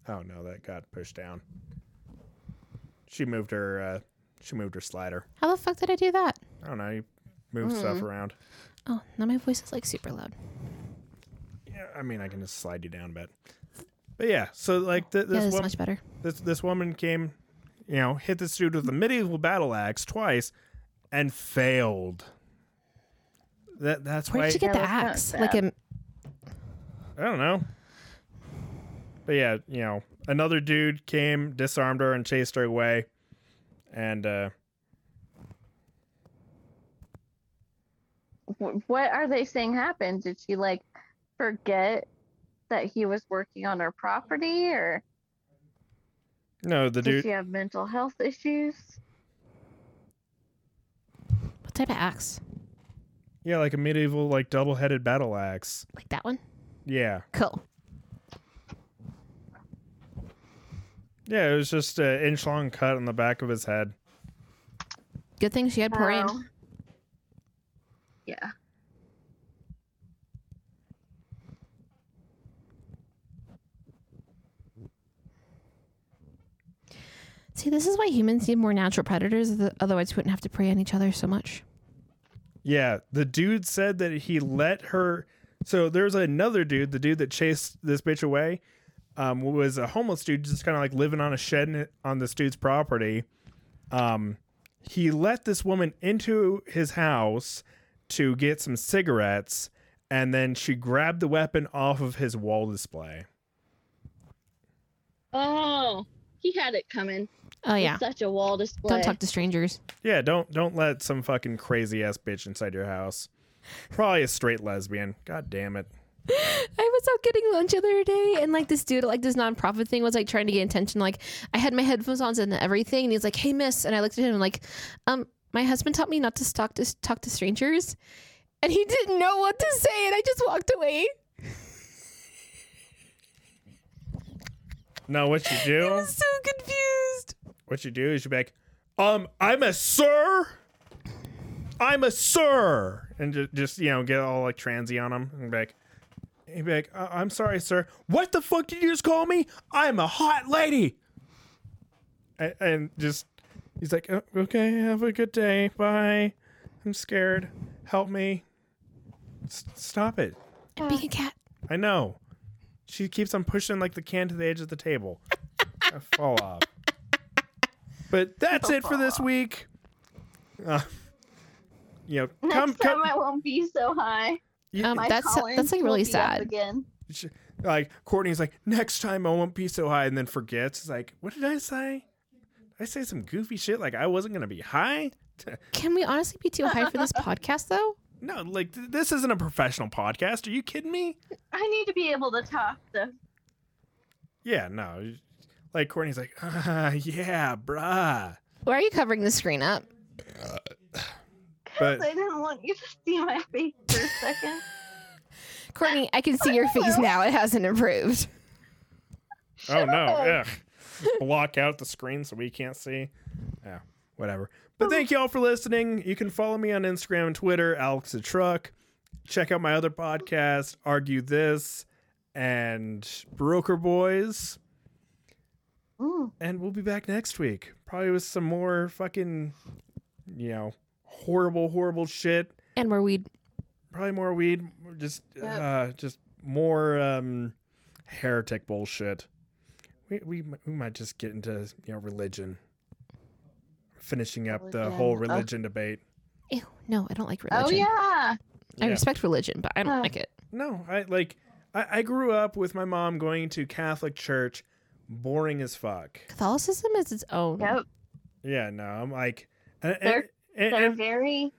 S1: Oh no, that got pushed down. She moved her. Uh, she moved her slider.
S2: How the fuck did I do that?
S1: I don't know. You move
S2: Mm-hmm.
S1: stuff around.
S2: Oh, now my voice is like super loud.
S1: Yeah, I mean, I can just slide you down a bit. But yeah, so like th-
S2: yeah,
S1: this
S2: this is
S1: woman,
S2: much better.
S1: this this woman came, you know, hit this dude with a medieval battle axe twice, and failed. That that's
S2: Where
S1: why
S2: did she get
S3: Yeah,
S2: the axe?
S3: that's not
S2: Like um,
S3: bad.
S2: a
S1: I don't know. But yeah, you know, another dude came, disarmed her, and chased her away. And uh,
S3: Wh- What are they saying happened? Did she like forget that he was working on her property, or
S1: no, the
S3: did
S1: dude
S3: she have mental health issues?
S2: what type of axe?
S1: Yeah, like a medieval, like double headed battle axe.
S2: Like that one?
S1: Yeah.
S2: Cool.
S1: Yeah, it was just an inch long cut on the back of his head.
S2: Good thing she had poor aim.
S3: Wow. Oh. Yeah.
S2: See, this is why humans need more natural predators. th- Otherwise, we wouldn't have to prey on each other so much.
S1: Yeah, the dude said that he let her. So there's another dude, the dude that chased this bitch away, um, was a homeless dude, just kind of like living on a shed in- on this dude's property. Um, he let this woman into his house to get some cigarettes, and then she grabbed the weapon off of his wall display.
S3: Oh, he had it coming.
S2: Oh yeah.
S3: Such a wall display.
S2: Don't talk to strangers.
S1: Yeah, don't don't let some fucking crazy ass bitch inside your house. Probably a straight lesbian. God damn it.
S2: I was out getting lunch the other day, and like this dude, like this nonprofit thing, was like trying to get attention. Like I had my headphones on and everything, and he's like, "Hey, miss," and I looked at him and like, um, my husband taught me not to talk to talk to strangers, and he didn't know what to say, and I just walked away.
S1: No, what you
S2: I
S1: do?
S2: was so confused.
S1: What you do is you be like, um, I'm a sir. I'm a sir, and just, just you know get all like transy on him and be like, he'd be like, "Uh, I'm sorry, sir. What the fuck did you just call me? I'm a hot lady. And, and just he's like, "Oh, okay, have a good day. Bye. I'm scared. Help me. S- stop it.
S2: I'm being a cat.
S1: I know. She keeps on pushing like the can to the edge of the table. I fall off. But that's it for this week. Uh, you know,
S3: Next
S1: come, come,
S3: time I won't be so high.
S1: you-
S2: Um,
S3: My
S2: that's
S3: tolerance
S2: that's like
S3: will
S2: really
S3: be up
S2: sad.
S3: Again.
S1: sh- like Courtney's like, next time I won't be so high, and then forgets. It's like, what did I say? Did I say some goofy shit. Like I wasn't gonna be high.
S2: Can we honestly be too high for this podcast though?
S1: No, like th- this isn't a professional podcast. Are you kidding me?
S3: I need to be able to talk to.
S1: Yeah, no. Like Courtney's like, ah, yeah, bruh.
S2: Why are you covering the screen up?
S1: But
S3: I didn't want you to see my face for a second.
S2: Courtney, I can see your face now. It hasn't improved.
S1: Oh no! Ugh. Block out the screen so we can't see. Yeah, whatever. But thank you all for listening. You can follow me on Instagram and Twitter, Alex the Truck. Check out my other podcast, Argue This, and Broker Boys.
S3: Mm.
S1: And we'll be back next week, probably with some more fucking, you know, horrible, horrible shit.
S2: And where we'd
S1: Probably more weed. Just,
S3: Yep.
S1: uh, just more um, heretic bullshit. we, we mi- we might just get into you know religion, finishing up the
S3: Religion.
S1: whole
S3: Oh.
S1: religion debate.
S2: Ew, no, I don't like religion.
S3: Oh yeah.
S2: I
S1: Yeah.
S2: respect religion, but I don't
S3: Oh.
S2: like it.
S1: No, I like I, I grew up with my mom going to Catholic church, boring as fuck.
S2: Catholicism is its own.
S3: Yep.
S1: Yeah, no, I'm like, and, and,
S3: They're-
S1: and-
S3: They're
S1: and
S3: very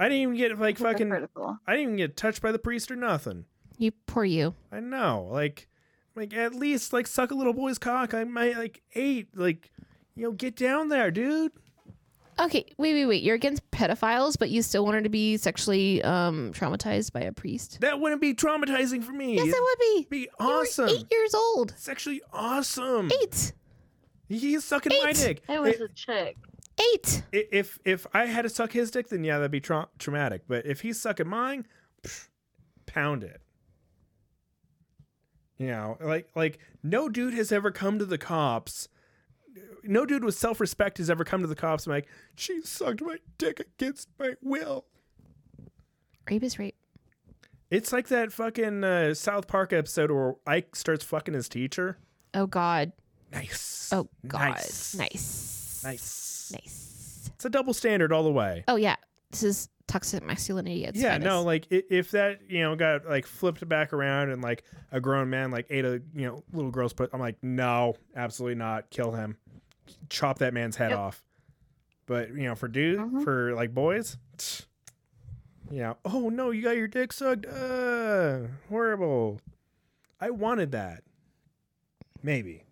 S1: I didn't even get like fucking
S3: hypocritical.
S1: I didn't even get touched by the priest or nothing.
S2: You poor you.
S1: I know, like, like at least like suck a little boy's cock. I might like eight, like, you know, get down there, dude.
S2: Okay, wait, wait, wait. You're against pedophiles, but you still want her to be sexually um, traumatized by a priest?
S1: That wouldn't be traumatizing for me.
S2: Yes, it would be.
S1: It'd be
S2: You were
S1: awesome.
S2: eight years old.
S1: It's actually awesome.
S2: Eight.
S1: He's sucking my
S2: Eight.
S1: dick.
S3: It was
S1: I-
S3: a chick.
S2: Eight.
S1: i- if if I had to suck his dick, then yeah, that'd be tra- traumatic. But if he's sucking mine, pff, pound it. You know, like like no dude has ever come to the cops. No dude with self respect has ever come to the cops and like she sucked my dick against my will.
S2: Rape is rape.
S1: It's like that fucking uh, South Park episode where Ike starts fucking his teacher.
S2: Oh, God.
S1: Nice.
S2: Oh, God.
S1: Nice.
S2: Nice.
S1: Nice.
S2: Nice.
S1: It's a double standard all the way.
S2: Oh, yeah. This is toxic masculinity. It's
S1: yeah, no, like i- if that you know got like flipped back around and like a grown man like ate a you know little girl's put, I'm like, no, absolutely not, kill him, chop that man's head
S3: Yep.
S1: off. But you know, for dude,
S3: Mhm.
S1: for like boys, you know, oh no, you got your dick sucked, uh, horrible. I wanted that, maybe.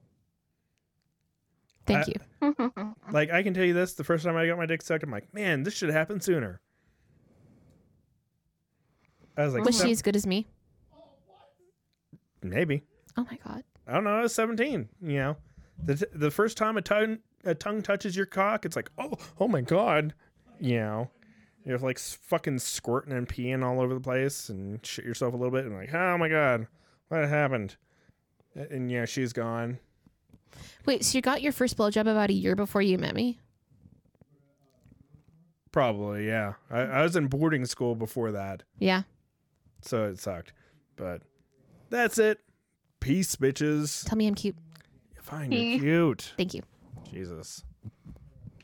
S2: Thank
S1: I-
S2: you.
S1: Like I can tell you this: the first time I got my dick sucked, I'm like, man, this should have happened sooner. I was like,
S2: Was
S1: "Sup-
S2: she as good as me?
S1: maybe.
S2: Oh, my God.
S1: I don't know. I was 17. You know, the t- the first time a tongue a tongue touches your cock, it's like, oh, oh my god. You know, you're like s- fucking squirting and peeing all over the place and shit yourself a little bit and like, oh my god, what happened? A- And yeah, she's gone.
S2: Wait, so you got your first blowjob about a year before you met me?
S1: Probably, yeah. I, I was in boarding school before that,
S2: Yeah.
S1: so it sucked. But that's it. Peace, bitches.
S2: Tell me I'm cute.
S1: Fine, you're cute.
S2: Thank you.
S1: Jesus.